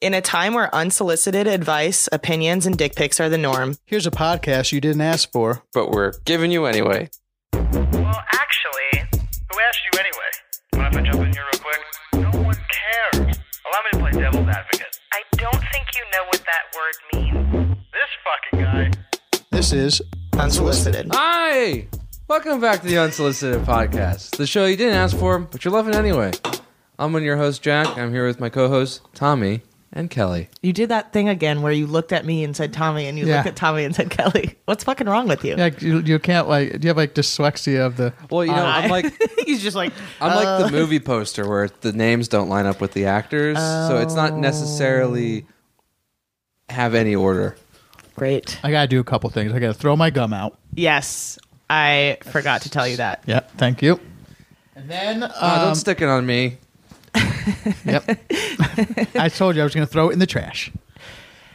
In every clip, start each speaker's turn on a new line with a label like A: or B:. A: In a time where unsolicited advice, opinions, and dick pics are the norm,
B: Here's a podcast you didn't ask for.
C: but we're giving you anyway.
D: Well, actually, who asked you anyway? Mind if I jump in here real quick? No one cares. Allow me to play devil's advocate.
E: I don't think you know what that word means.
D: This fucking guy.
B: This is
A: unsolicited.
C: Hi! Welcome back to the Unsolicited Podcast, the show you didn't ask for, but you're loving anyway. I'm one of your host, Jack. I'm here with my co host, Tommy and Kelly.
A: You did that thing again where you looked at me and said Tommy, and you
B: Yeah.
A: looked at Tommy and said Kelly. What's fucking wrong with you?
B: Yeah, you, you can't like. Do you have like dyslexia of the?
C: Well, you know, I'm like
A: He's just like,
C: I'm like the movie poster where the names don't line up with the actors, so it's not necessarily have any order.
A: great.
B: I gotta do a couple things. I gotta throw my gum out.
A: Yes, I forgot to tell you that.
B: Yeah, thank you. And then,
C: Oh,
B: um,
C: don't stick it on me.
B: yep. I told you I was gonna throw it in the trash.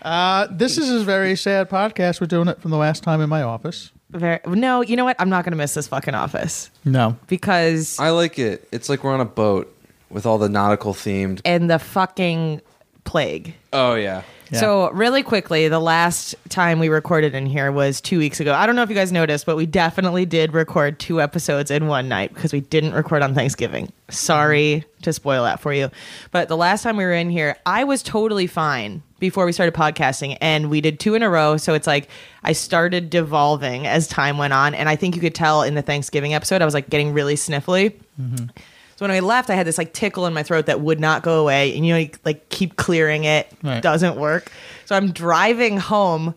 B: Uh, this is a very sad podcast. We're doing it from the last time in my office.
A: Very, no, you know what? I'm not going to miss this fucking office
B: No,
A: because
C: I like it. It's like we're on a boat with all the nautical themed.
A: and the fucking plague.
C: Oh yeah.
B: Yeah.
A: So, really quickly, the last time we recorded in here was two weeks ago. I don't know if you guys noticed, but we definitely did record two episodes in one night because we didn't record on Thanksgiving. Sorry to spoil that for you. But the last time we were in here, I was totally fine before we started podcasting, and we did two in a row. So, it's like I started devolving as time went on. And I think you could tell in the Thanksgiving episode, I was like getting really sniffly. So when I left, I had this like tickle in my throat that would not go away, and you know, you, like keep clearing it,
B: Right.
A: doesn't work. So I'm driving home,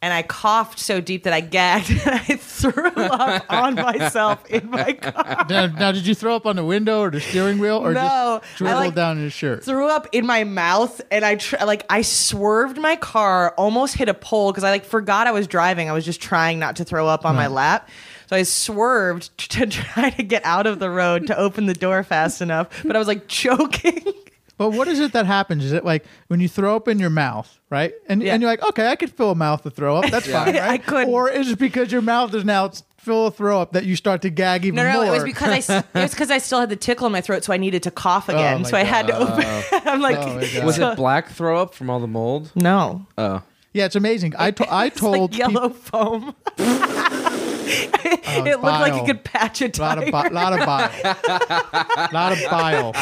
A: and I coughed so deep that I gagged, and I threw up on myself in my car.
B: now, now, did you throw up on the window or the steering wheel or
A: No, I,
B: just dribble
A: like,
B: down your shirt?
A: Threw up in my mouth, and I tr- like I swerved my car, almost hit a pole because I like forgot I was driving. I was just trying not to throw up on my lap. So I swerved t- to try to get out of the road to open the door fast enough, but I was like choking.
B: But what is it that happens? Is it like when you throw up in your mouth, right? And
A: Yeah.
B: and you're like, okay, I could fill a mouth with throw up. That's fine, right?
A: I couldn't.
B: Or is it because your mouth is now full of throw up that you start to gag even
A: No, no,
B: more?
A: it was because I s- it was because I still had the tickle in my throat, so I needed to cough
B: Oh,
A: again.
B: my
A: so I had to open. I'm like,
B: Oh, my God.
C: Was
A: so-
C: it black throw up from all the mold?
A: no,
C: Oh.
B: yeah, it's amazing. I to- I
A: it's
B: told
A: like yellow foam. it looked like you
B: Oh, bile.
A: could patch a
B: a lot of
A: tire.
B: bi- lot of bile, lot of bile.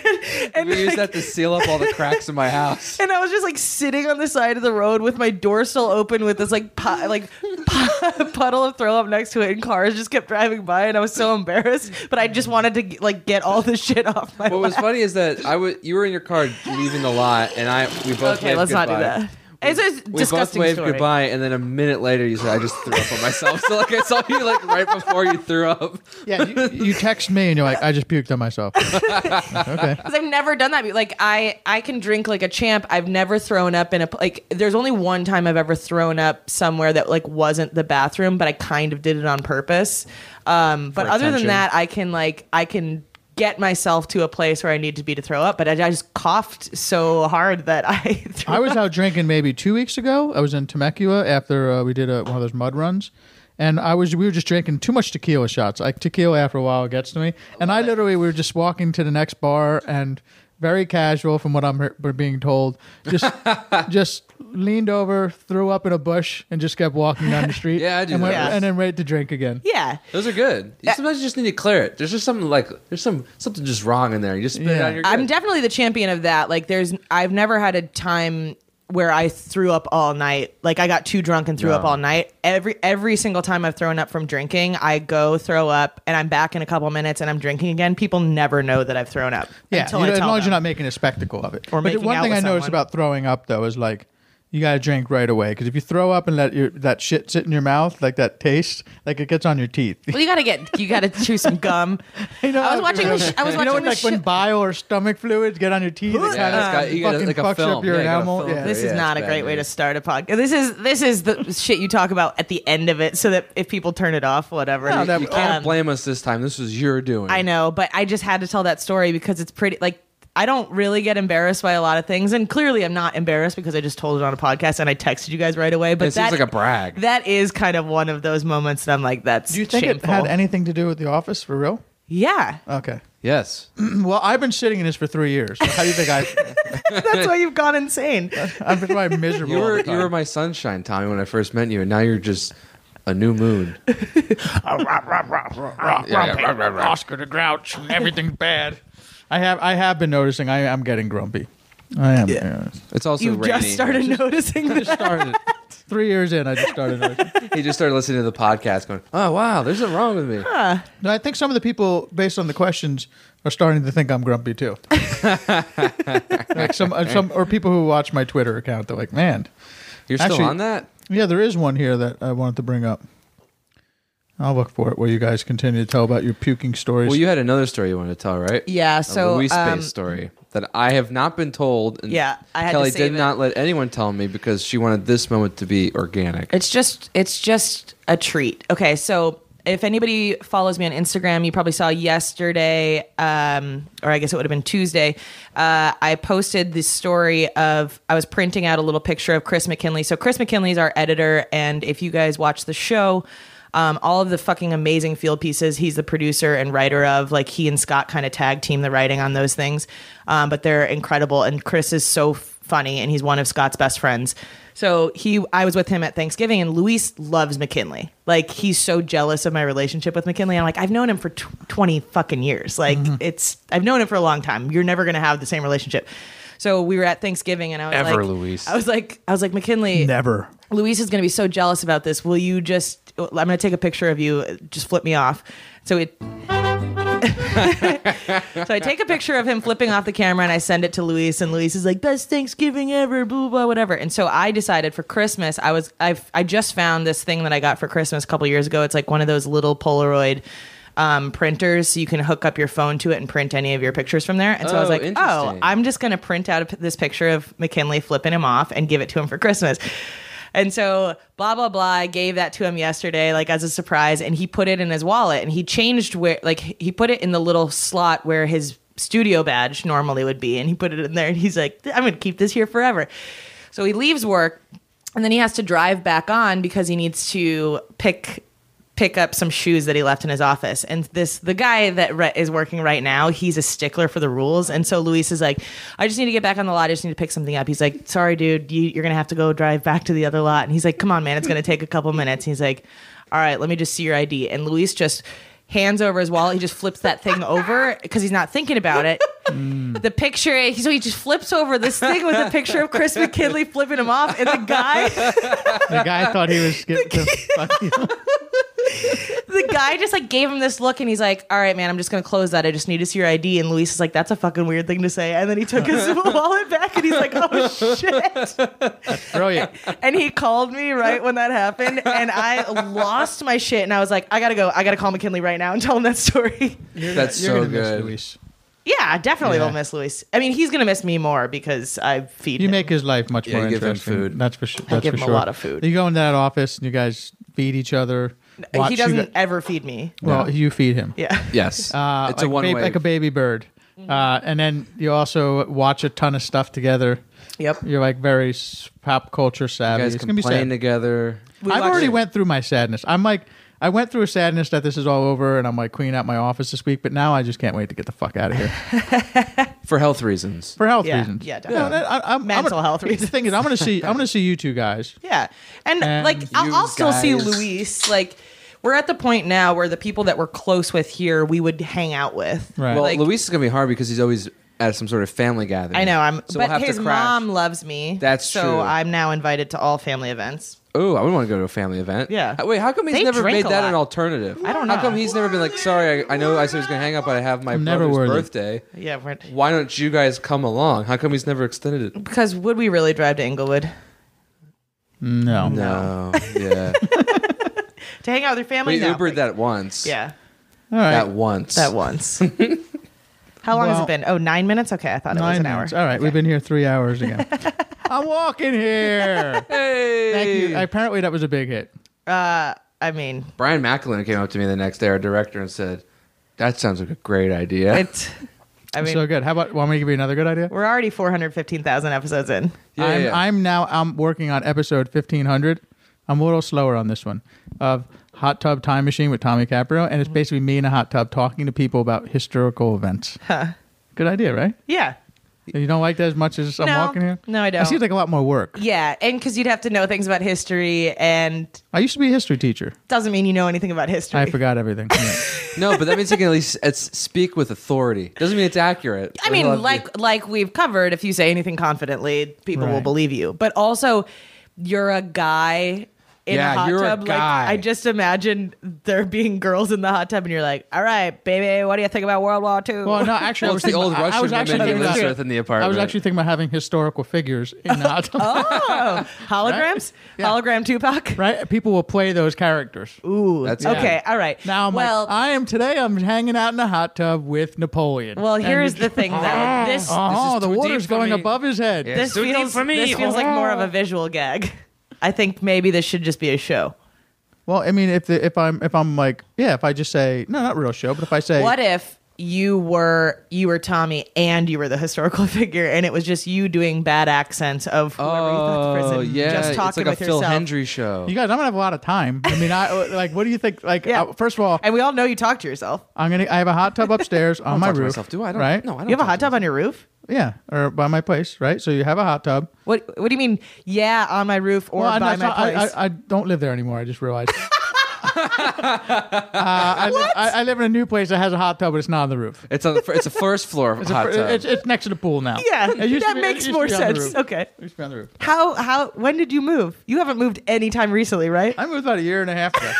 A: and,
C: We used
A: like-
C: that to seal up all the cracks in my house.
A: and I was just like sitting on the side of the road with my door still open, with this like pu- like pu- puddle of throw up next to it, and cars just kept driving by, and I was so embarrassed. But I just wanted to like get all the shit off my.
C: What was
A: lap.
C: funny is that I was you were in your car leaving the lot, and I we both
A: Okay,
C: waved
A: let's not do
C: goodbye.
A: that. It's a
C: We both
A: disgusting
C: waved
A: story.
C: goodbye, and then a minute later you said, "I just threw up on myself." So like I saw you like right before you threw up.
B: Yeah, you, you text me and you're like, I just puked on myself. okay,
A: because I've never done that. Like I, I can drink like a champ. I've never thrown up in a like. There's only one time I've ever thrown up somewhere that like wasn't the bathroom, but I kind of did it on purpose. Um, but other
C: attention.
A: than that, I can like I can get myself to a place where I need to be to throw up. But I, I just coughed so hard that I. Threw
B: I was out drinking maybe two weeks ago. I was in Temecula after uh, we did a, one of those mud runs, and I was we were just drinking too much tequila shots. Like tequila, after a while, it gets to me. And I literally we were just walking to the next bar and very casual, from what I'm he- we're being told, just just leaned over, threw up in a bush, and just kept walking down the street.
C: Yeah, I do
B: and, went,
A: that.
B: and then right to drink again.
A: yeah.
C: Those are good. You sometimes you just need to clear it. There's just something like there's some something just wrong in there. You just spit it
B: Yeah.
C: out. You're
A: I'm
C: good.
A: definitely the champion of that. Like, there's, I've never had a time where I threw up all night. Like, I got too drunk and threw up
C: No.
A: all night. Every every single time I've thrown up from drinking, I go throw up, and I'm back in a couple minutes, and I'm drinking again. People never know that I've thrown up.
B: Yeah,
A: until
B: you
A: I
B: know, as
A: tell
B: long as
A: them.
B: you're not making a spectacle of it.
A: Or
B: but the
A: making
B: one
A: out
B: thing I
A: with
B: noticed
A: someone.
B: about throwing up though is like you gotta drink right away because if you throw up and let your that shit sit in your mouth like that taste like it gets on your teeth.
A: Well, you gotta get, you gotta chew some gum.
B: Oh,
A: I was watching. The sh- I was
B: you
A: watching
B: know when,
A: the
B: like when
A: sh-
B: bile or stomach fluids get on your teeth,
A: Yeah,
B: it kinda
A: it's
C: got- you gotta-
B: fucking
C: like a
B: fucks up
C: film.
B: your
C: Yeah, you gotta
B: enamel.
C: film
B: Yeah.
C: it.
A: This
C: Yeah,
A: is
C: it's
A: not a
C: bad
A: great way to
C: news.
A: start a podcast. This is this is the shit you talk about at the end of it, so that if people turn it off, whatever.
B: No, that-
C: You can't
A: Um,
C: blame us this time. This was your doing.
A: I know, but I just had to tell that story because it's pretty like I don't really get embarrassed by a lot of things, and clearly I'm not embarrassed because I just told it on a podcast and I texted you guys right away. But
C: It seems
A: that-
C: like a brag.
A: That is kind of one of those moments that I'm like, that's
B: Do you think
A: shameful.
B: it had anything to do with the office for real?
A: Yeah,
B: Okay.
C: Yes.
B: Well, I've been sitting in this for three years. So how do you think I?
A: that's why you've gone insane.
B: I've been probably miserable.
C: You
B: all
C: were
B: the
C: you were
B: time.
C: my sunshine, Tommy, when I first met you, and now you're just a new moon. Yeah, yeah, rah, rah, rah.
B: Oscar the Grouch. and Everything's bad. I have I have been noticing. I am getting grumpy. I am. yeah.
C: It's also
A: You
C: rainy.
A: just started noticing
C: He just
A: that.
C: started.
B: Three years in, I just started. noticing.
C: He just started listening to the podcast, going, "Oh wow, there's nothing wrong with me."
B: No, I think some of the people, based on the questions, are starting to think I'm grumpy too. like some, uh, some, or people who watch my Twitter account, they're like, "Man,
C: You're still
B: Actually-
C: on that?
B: yeah, there is one here that I wanted to bring up." I'll look for it while you guys continue to tell about your puking stories.
C: Well, you had another story you wanted to tell, right?
A: Yeah, so,
C: a Louis
A: um,
C: Space story that I have not been told. And
A: Yeah, I had to
C: Kelly
A: save
C: did
A: it.
C: not let anyone tell me because she wanted this moment to be organic.
A: It's just it's just a treat. Okay, so if anybody follows me on Instagram, you probably saw yesterday, um, or I guess it would have been Tuesday. Uh, I posted this story of I was printing out a little picture of Chris McKinley. So Chris McKinley is our editor, and if you guys watch the show, um, all of the fucking amazing field pieces he's the producer and writer of like he and scott kind of tag team the writing on those things um, but they're incredible and chris is so f- funny and he's one of scott's best friends so he i was with him at thanksgiving and luis loves mckinley like he's so jealous of my relationship with mckinley i'm like i've known him for tw 20 fucking years like
C: Mm-hmm.
A: it's i've known him for a long time you're never going to have the same relationship so we were at thanksgiving and i was
C: Ever,
A: like
C: Luis.
A: i was like i was like mckinley
B: never.
A: Luis is going to be so jealous about this. Will you just? I'm going to take a picture of you. Just flip me off. So it. so I take a picture of him flipping off the camera and I send it to Luis and Luis is like best Thanksgiving ever blah blah, blah whatever and so I decided for Christmas I was I I just found this thing that I got for Christmas a couple years ago it's like one of those little Polaroid um, printers so you can hook up your phone to it and print any of your pictures from there and so I was
C: Oh,
A: like oh
C: interesting.
A: I I'm just going to print out a p- this picture of McKinley flipping him off and give it to him for Christmas. And so, blah, blah, blah. I gave that to him yesterday, like as a surprise. And he put it in his wallet and he changed where, like, he put it in the little slot where his studio badge normally would be. And he put it in there and he's like, I'm going to keep this here forever. So he leaves work and then he has to drive back on because he needs to pick pick up some shoes that he left in his office. And this the guy that re- is working right now, he's a stickler for the rules. And so Luis is like, I just need to get back on the lot. I just need to pick something up. He's like, sorry, dude, you, you're gonna have to go drive back to the other lot. And he's like, come on, man, it's gonna take a couple minutes. he's like, all right, let me just see your ID. And Luis just hands over his wallet. He just flips that thing over because he's not thinking about it. The picture, so he just flips over this thing with a picture of Chris McKinley flipping him off, and the guy.
B: The guy thought he was getting to fuck you.
A: the guy just like gave him this look and he's like, All right, man, I'm just gonna close that. I just need to see your ID. And Luis is like, That's a fucking weird thing to say. And then he took his wallet back and he's like, Oh shit.
B: Brilliant.
A: And he called me right when that happened. And I lost my shit and I was like, I gotta go. I gotta call McKinley right now and tell him that story.
C: That's
B: You're
C: so
B: gonna miss
C: good.
B: Luis.
A: Yeah, definitely
B: Yeah.
A: will miss Luis. I mean, he's gonna miss me more because I feed
B: You
A: him.
B: make his life much
C: Yeah,
B: more
C: you give him
B: interesting.
C: food.
B: That's for sure. That's
A: give
B: for
A: him a
B: sure.
A: lot of food.
B: You go into that office and you guys feed each other. watch
A: he
B: you
A: doesn't
B: guys-
A: ever feed me.
B: well, you feed him.
A: Yeah.
C: Yes,
B: Uh,
C: it's
B: like
C: a one
B: ba-
C: way.
B: like a baby bird.
A: Mm-hmm.
B: Uh, and then you also watch a ton of stuff together.
A: Yep.
B: You're like very s- pop culture
C: you
B: savvy.
C: guys
B: It's gonna be sad.
C: complain together.
A: We
B: I've
A: watched
B: already
A: it.
B: went through my sadness. I'm like, I went through a sadness that this is all over, and I'm like cleaning out my office this week. But now I just can't wait to get the fuck out of here
C: for health reasons.
B: for health
A: Yeah.
B: reasons.
A: Yeah,
B: No,
A: definitely.
B: that- I, I'm- I'm
A: Mental
B: gonna-
A: health
B: The thing is, I'm gonna see, I'm gonna see you two guys.
A: Yeah. And,
B: And
A: like, I'll,
C: you
A: I'll still see
C: guys-
A: Luis. Like, we're at the point now where the people that we're close with here, we would hang out with.
B: Right.
C: Well,
A: Like-
C: Luis is gonna be hard because he's always at some sort of family gathering.
A: I know. I'm,
C: So we'll
A: but
C: have to
A: his
C: crash.
A: mom loves me.
C: That's
A: so
C: true.
A: I'm now invited to all family events.
C: Oh, I would want to go to a family event.
A: Yeah.
C: Uh, Wait, how come he's
A: They
C: never
A: drink
C: made
A: a
C: that
A: lot.
C: an alternative?
A: I don't
C: How
A: know.
C: come he's never been like, sorry, I, I know I said I was gonna hang up, but I have my
B: Never
C: brother's
B: worthy.
C: birthday.
A: Yeah. We're,
C: Why don't you guys come along? How come he's never extended it?
A: because would we really drive to Inglewood
B: No,
C: No. yeah.
A: to hang out with your family?
C: We
A: No.
C: Ubered that once.
A: Yeah.
B: All right.
C: That once.
A: That once. How long has
B: Well-
A: it been? Oh, nine minutes? Okay. I thought it was an
B: minutes.
A: hour.
B: All right, we've been here three hours again. I'm walking here.
C: Hey.
B: Thank you. Apparently, that was a big hit.
A: I mean,
C: Brian McAloon came up to me the next day, our director, and said, "That sounds like a great idea."
A: it's, I mean,
B: so good. How about? Want me to give you another good idea?
A: we're already 415,000 episodes in.
C: yeah,
B: I'm,
C: yeah.
B: I'm now. I'm working on episode 1500. I'm a little slower on this one. Of Hot Tub Time Machine with Tommy Caprio, and it's
C: Mm-hmm.
B: basically me in a hot tub talking to people about historical events. Good idea, right?
A: Yeah.
B: You don't like that as much as I'm
A: No.
B: walking here.
A: No, I
B: That
A: don't.
B: seems like a lot more work.
A: Yeah. And because you'd have to know things about history and
B: I used to be a history teacher.
A: doesn't mean you know anything about history.
B: I forgot everything. Yeah.
C: No, but that means you can at least it's speak with authority. Doesn't mean it's accurate.
A: I
C: It'll have
A: mean,
C: to
A: like like we've covered, if you say anything confidently, people will
B: Right.
A: believe you. But also, you're a guy in
C: Yeah,
A: a hot
C: you're a
A: tub.
C: guy.
A: Like I just imagine there being girls in the hot tub, and you're like, "All right, baby, what do you think about World War II?
B: Well, no, actually,
C: Well,
B: I
C: it's
B: was
C: the
B: thinking
C: old
B: about- I
C: Russian
B: was actually
C: women
A: who
B: thinking
A: lives
B: about-
C: with in the
B: I
C: apartment.
B: was actually thinking about having historical figures in the hot tub.
A: oh, holograms,
B: Yeah.
A: hologram Tupac.
B: Right? People will play those characters.
A: Ooh,
C: That's-
A: okay,
C: yeah.
A: all right.
B: Now I'm
A: well,
B: like, "Ah, I am today. I'm hanging out in a hot tub with Napoleon.
A: well,
B: And
A: here's
B: you-
A: the thing though. This
B: Oh, the
C: too deep
B: water's
C: for
B: going
C: me.
B: above his head.
C: Yeah.
A: this
C: It's too deep
A: feels
C: for me.
A: this feels like more of a visual gag. I think maybe this should just be a show.
B: Well, I mean, if the, if I'm if I'm like, yeah, if I just say no, not real show, but if I say
A: What if you were you were Tommy and you were the historical figure, and it was just you doing bad accents of whoever you thought the
C: Oh,
A: person
C: yeah,
A: just talking
C: it's like
A: with
C: a Phil
A: yourself.
C: Hendry show.
B: you guys, I'm gonna have a lot of time. I mean, I like, what do you think? Like,
A: Yeah.
B: uh, first of all,
A: And we all know you talk to yourself.
B: I'm gonna I have a hot tub upstairs on my
C: talk to
B: roof.
C: myself, do I? I don't,
B: right?
C: No, I don't.
A: You have a
C: talk
A: hot
C: to
A: tub on your roof.
B: Yeah, or by my place, right? So you have a hot tub.
A: What What do you mean? Yeah, on my roof or
B: Well,
A: by
B: that's
A: my
B: not- I,
A: place.
B: I, I don't live there anymore. I just realized. uh, I, live, I, I live in a new place that has a hot tub, but it's not on the roof.
C: myself. It's on the, fir- it's a first floor
B: It's, a
C: hot
B: fr-
C: tub.
B: it's, it's next to the pool now.
A: yeah,
B: It used to
A: that
B: be- it
A: makes
B: used to
A: more
B: be on the
A: sense.
B: roof.
A: Okay.
B: It used to be on the roof.
A: How How When did you move? You haven't moved any time recently, right?
B: I moved about a year and a half ago.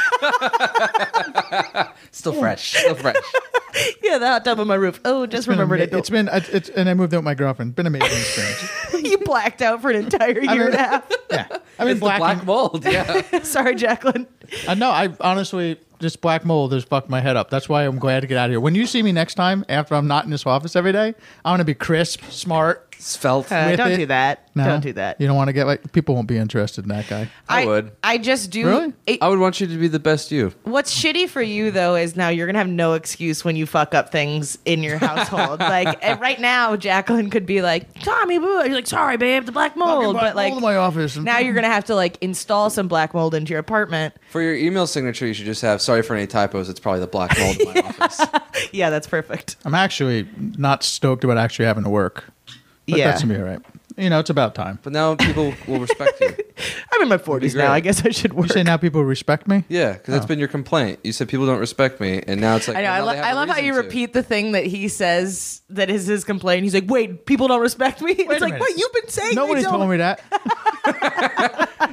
C: still fresh. Still fresh.
A: yeah, the hot tub on my roof. Oh, just
B: Been
A: remembered
B: ama-
A: it.
B: It's been, it's, it's, and I moved out with my girlfriend. Been an amazing experience.
A: you blacked out for an entire year
B: mean-
A: and a half.
B: yeah, I mean,
C: It's black,
B: black.
C: the black mold. Yeah.
A: Sorry, Jacqueline.
B: I know. I honestly, this black mold has fucked my head up. That's why I'm glad to get out of here. When you see me next time, after I'm not in this office every day, I'm gonna be crisp, smart.
C: It's felt.
A: Uh,
B: With
A: don't
B: it-
A: do that.
B: No,
A: Don't do that.
B: You don't want to get like people won't be interested in that guy.
C: I would.
A: I just do.
B: Really?
A: it-
C: I would want you to be the best you.
A: What's shitty for you though is now you're gonna have no excuse when you fuck up things in your household. like eh, right now, Jacqueline could be like, "Tommy, boo," and you're like, "Sorry, babe, the black mold." Oh, But like
B: all my office. And
A: now, you're gonna have to like install some black mold into your apartment.
C: For your email signature, you should just have sorry for any typos. It's probably the black mold in my office.
A: Yeah, that's perfect.
B: I'm actually not stoked about actually having to work. But
A: yeah,
B: that's me, all right? You know, it's about time.
C: But now people will respect you.
A: I'm in my 40s
C: great.
A: now. I guess I should work.
B: You say now people respect me?
C: Yeah, because that's been your complaint. You said people don't respect me, and now it's like
A: Oh. I know.
C: well,
A: I, lo-
C: now they have
A: I
C: a
A: love how you
C: reason to.
A: repeat the thing that he says that is his complaint. He's like, "Wait, people don't respect me." it's like,
B: minute.
A: "What you've been saying?"
B: Nobody
A: they don't.
B: told me that.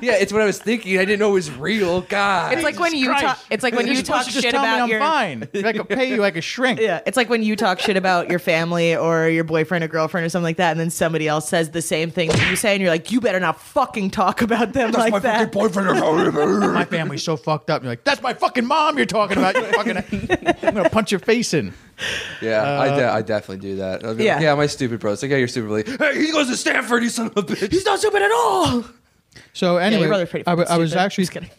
C: Yeah, it's what I was thinking. I didn't know it was real. God.
A: It's like when you
B: Christ.
A: talk. It's like when
B: You're
A: you talk
B: supposed to just
A: shit
B: tell me
A: about
B: I'm
A: your.
B: fine. If I could pay you, I could shrink.
A: Yeah, it's like when you talk shit about your family or your boyfriend or girlfriend or something like that, and then somebody else says the same thing that you say, and you're like, "You better not fucking talk about them like that."
B: My family's so fucked up. You're like, that's my fucking mom you're talking about. You fucking, I'm gonna punch your face in.
C: Yeah, I, de- I definitely do that. I'll be
A: uh, Yeah.
C: yeah. Like, yeah, my stupid bro. It's like, yeah, you're stupid. Like, hey, he goes to Stanford, you son of a bitch.
A: He's not stupid at all.
B: So
A: Yeah,
B: anyway,
A: your brother's pretty.
B: I, wa-
A: fucking
B: I was
A: stupid.
B: actually
A: Just kidding.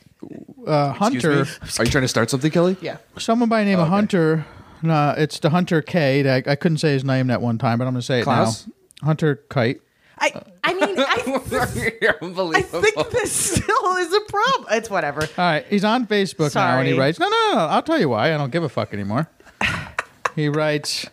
B: uh,
C: Excuse
B: Hunter.
C: me? Are you trying to start something, Kelly?
A: Yeah.
B: Someone by the name of
C: okay.
B: Hunter. Nah, it's the Hunter K. That I, I couldn't say his name that one time, but I'm gonna say it
C: Klaus?
B: now. Hunter Kite.
A: I. I mean, I.
C: You're unbelievable.
A: I think this still is a problem. It's whatever.
C: Uh,
B: All right, he's on Facebook now, and he
A: Sorry.
B: writes, "No, no, no, no, I'll tell you why. I don't give a fuck anymore." he writes,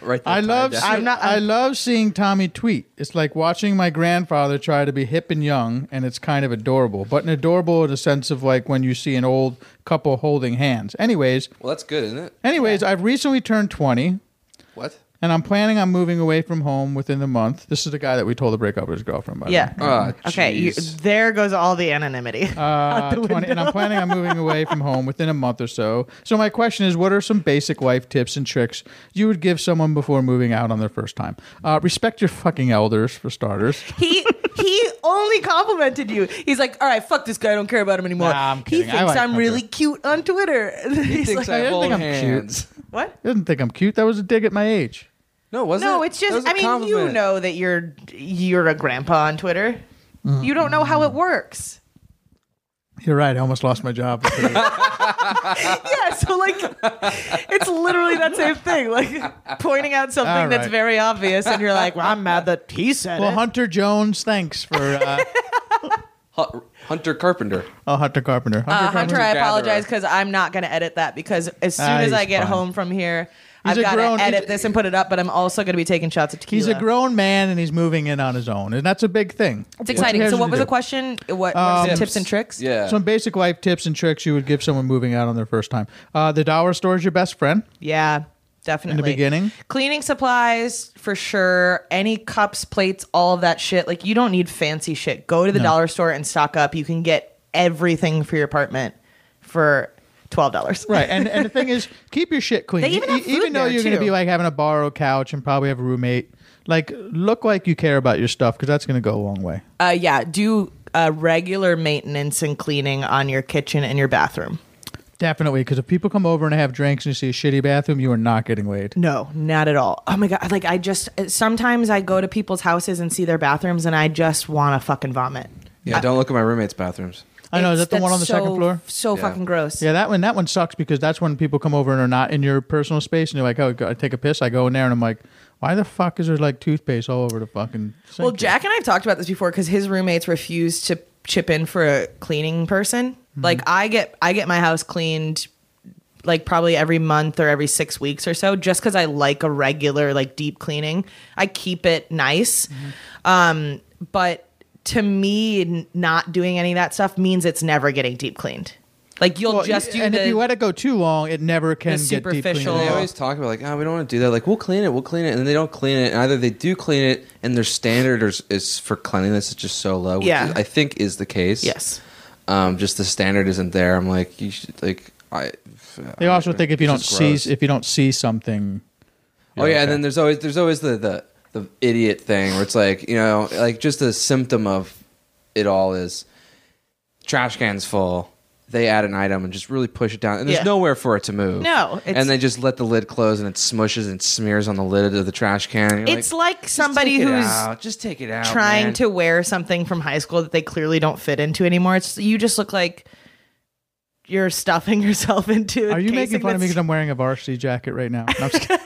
C: right
B: "I love,
C: that.
B: see-
A: I'm not-
B: I
A: I'm-
B: love seeing Tommy tweet. It's like watching my grandfather try to be hip and young, and it's kind of adorable. But an adorable in the sense of like when you see an old couple holding hands. Anyways,
C: Well, that's good, isn't it?
B: anyways, I've recently turned twenty.
C: What?
B: And I'm planning on moving away from home within the month. This is the guy that we told to break up with his girlfriend. By the
A: Yeah.
B: way.
C: Oh,
A: Okay. You,
C: jeez.
A: there goes all the anonymity.
B: Uh, 20, and I'm planning on moving away from home within a month or so. So my question is, what are some basic life tips and tricks you would give someone before moving out on their first time? Uh, respect your fucking elders, for starters.
A: He he only complimented you. He's like, all right, fuck this guy. I don't care about him anymore.
B: Nah, I'm
A: he
B: kidding. I
A: thinks
B: like
A: I'm
B: Hunter.
A: really cute on Twitter.
C: He thinks I
B: I
C: hold
B: think I'm cute.
C: hands.
A: what?
B: He doesn't think I'm cute. That was a dig at my age.
C: No, wasn't
A: No,
C: it?
A: it's
C: That was
A: just.
C: a
A: I mean, you
C: compliment.
A: know that you're you're a grandpa on Twitter. You don't know how it works.
B: You're right. I almost lost my job.
A: Yeah, so like, it's literally that same thing. Like pointing out something
B: All
A: that's
B: right.
A: very obvious, and you're like, "Well, I'm mad that he said
B: well,
A: it."
B: Hunter Jones, thanks for uh,
C: Hu- Hunter Carpenter.
B: Oh, Hunter Carpenter. Hunter
A: Uh, Hunter,
B: Carpenter.
A: I
C: Gatherer.
A: apologize because I'm not going to edit that because as soon
B: Ah,
A: as I
B: he's
A: get
B: fine.
A: home from here,
B: He's
A: I've
B: a
A: got
B: grown-
A: to
B: he's
A: edit
B: a-
A: this and put it up. But I'm also going to be taking shots of tequila.
B: He's a grown man and he's moving in on his own, and that's a big thing.
A: It's exciting.
B: has
A: So, what
B: to
A: was
B: do.
A: the question? What,
B: Um,
A: what tips and tricks?
C: Yeah.
B: Some basic life tips and tricks you would give someone moving out on their first time. Uh, the dollar store is your best friend.
A: Yeah, definitely.
B: beginning?
A: Cleaning supplies for sure. Any cups, plates, all of that shit. Like you don't need fancy shit. Go to the dollar store and stock up. You can get everything for your apartment for twelve dollars.
B: Right, and and the thing is, keep your shit clean.
A: They even have
B: E-
A: food
B: even though
A: there,
B: you're going to
A: too.
B: be like having a borrowed couch and probably have a roommate, like look like you care about your stuff because that's going to go a long way.
A: Uh, yeah. Do uh, regular maintenance and cleaning on your kitchen and your bathroom.
B: Definitely, because if people come over and have drinks and you see a shitty bathroom, you are not getting laid.
A: No, not at all. Oh my god! Like I just sometimes I go to people's houses and see their bathrooms and I just want to fucking vomit.
C: yeah. Don't look at my roommate's bathrooms.
B: I know is
A: It's-
B: that the one
A: that's
B: on the
A: so-
B: second floor.
A: So
C: Yeah.
A: fucking gross.
B: Yeah, that one that one sucks because that's when people come over and are not in your personal space and you're like, oh, I take a piss. I go in there and I'm like, why the fuck is there like toothpaste all over the fucking? Sink
A: Well,
B: here?"
A: Jack and I have talked about this before because his roommates refuse to chip in for a cleaning person. Like I get I get my house cleaned like probably every month or every six weeks or so, just because I like a regular like deep cleaning. I keep it nice, um, but to me, n- not doing any of that stuff means it's never getting deep cleaned. Like you'll
B: Well,
A: just do
B: and
A: the
B: if you let it go too long, it never
A: the
B: can get deep cleaned.
A: superficial-
C: They
A: Oh.
C: always talk about like, oh, we don't want to do that. Like, we'll clean it, we'll clean it, and then they don't clean it. And either they do clean it, and their standard is, is for cleanliness is just so low. Which
A: Yeah.
C: is- I think is the case.
A: yes.
C: um, just the standard isn't there. I'm like, you should like. I,
B: They also think if you don't
C: It's just
B: see
C: gross.
B: if you don't see something,
C: oh
B: Yeah,
C: yeah, and
B: okay.
C: then there's always there's always the, the the idiot thing where it's like you know like just a symptom of it all is trash cans full. They add an item and just really push it down, and there's
A: Yeah.
C: nowhere for it to move.
A: No, it's-
C: and they just let the lid close, and it smushes and smears on the lid of the trash can. You're
A: It's like
C: "Just
A: somebody
C: take it
A: who's
C: out. just take it out,
A: trying
C: Oh, man."
A: to wear something from high school that they clearly don't fit into anymore. It's you just look like you're stuffing yourself into. a
B: are you
A: casing
B: making fun of me
A: that's-
B: because I'm wearing a varsity jacket right now? No, I'm just kidding.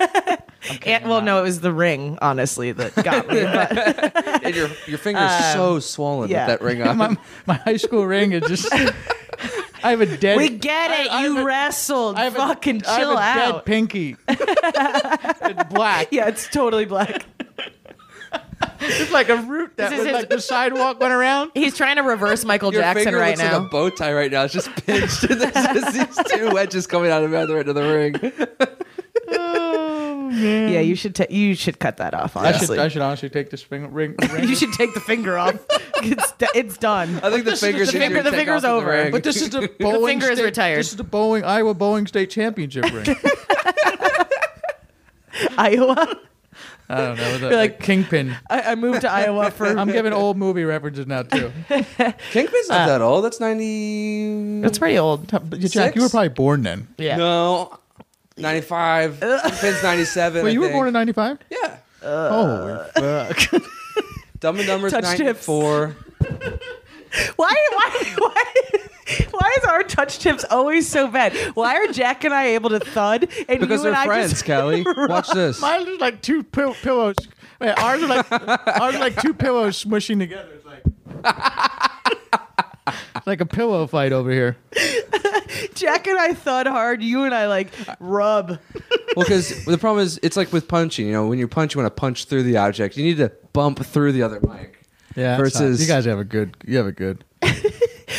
A: And, well, no, it was the ring, honestly, that got me. But
C: And your your fingers so swollen
A: Um, yeah.
C: with that ring on.
B: my, my high school ring is just. I have a dead.
A: we get it.
B: I- I
A: you
B: have a-
A: wrestled.
B: I have a-
A: Fucking
B: I have
A: chill
B: a
A: out.
B: Dead pinky. it's black.
A: yeah, it's totally black.
B: It's like a root that
A: This
B: was
A: is his-
B: like the sidewalk went around.
A: He's trying to reverse Michael
C: Your
A: Jackson
C: finger
A: right
C: looks
A: now.
C: like a bow tie right now. It's just pinched. and There's just these two wedges coming out of the other end of the ring.
A: yeah, you should ta- you should cut that off.
B: I should,
A: Honestly,
B: I should honestly take this finger, ring. ring.
A: you should take the finger off. it's, it's done.
C: I think the
B: This is-
C: fingers.
B: the
C: easier
B: finger-
C: to
A: the
C: take
A: finger's
C: off than
A: over.
C: ring.
B: But this is the bowling.
A: finger is
B: state-
A: retired.
B: This is the bowling Iowa Bowling State Championship ring.
A: Iowa.
B: I don't know. The,
A: like-
B: like kingpin.
A: I, I moved to Iowa for
B: I'm giving old movie references now too.
C: Kingpin's
B: Uh,
C: not that old. That's ninety.
A: It's pretty old.
B: But Jack, you were probably born then.
A: Yeah.
C: no. Ninety-five. Kingpin's ninety-seven.
B: Wait,
C: I
B: you were
C: think.
B: born in '95?
C: Yeah.
B: Holy fuck!
C: Dumb and Dumber's
A: Touch tips.
C: ninety-four.
A: Why, why, why, why is our touch tips always so bad? Why are Jack and I able to thud and
C: Because
A: you and
C: they're
A: I
C: friends,
A: just
C: Kelly. Watch this.
B: Mine was like two pill- pillows. Wait, ours are like ours are like two pillows smushing together. It's like it's like a pillow fight over here.
A: Jack and I thud hard. You and I like rub.
C: well, because the problem is, it's like with punching. You know, when you punch, you want to punch through the object. You need to bump through the other mic.
B: Yeah.
C: that's Versus- hot.
B: you guys have a good. You have a good.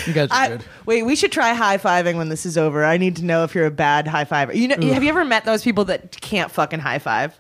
B: You guys are
A: I,
B: good.
A: wait, we should try high fiving when this is over. I need to know if you're a bad high fiver. You know, have you ever met those people that can't fucking high five?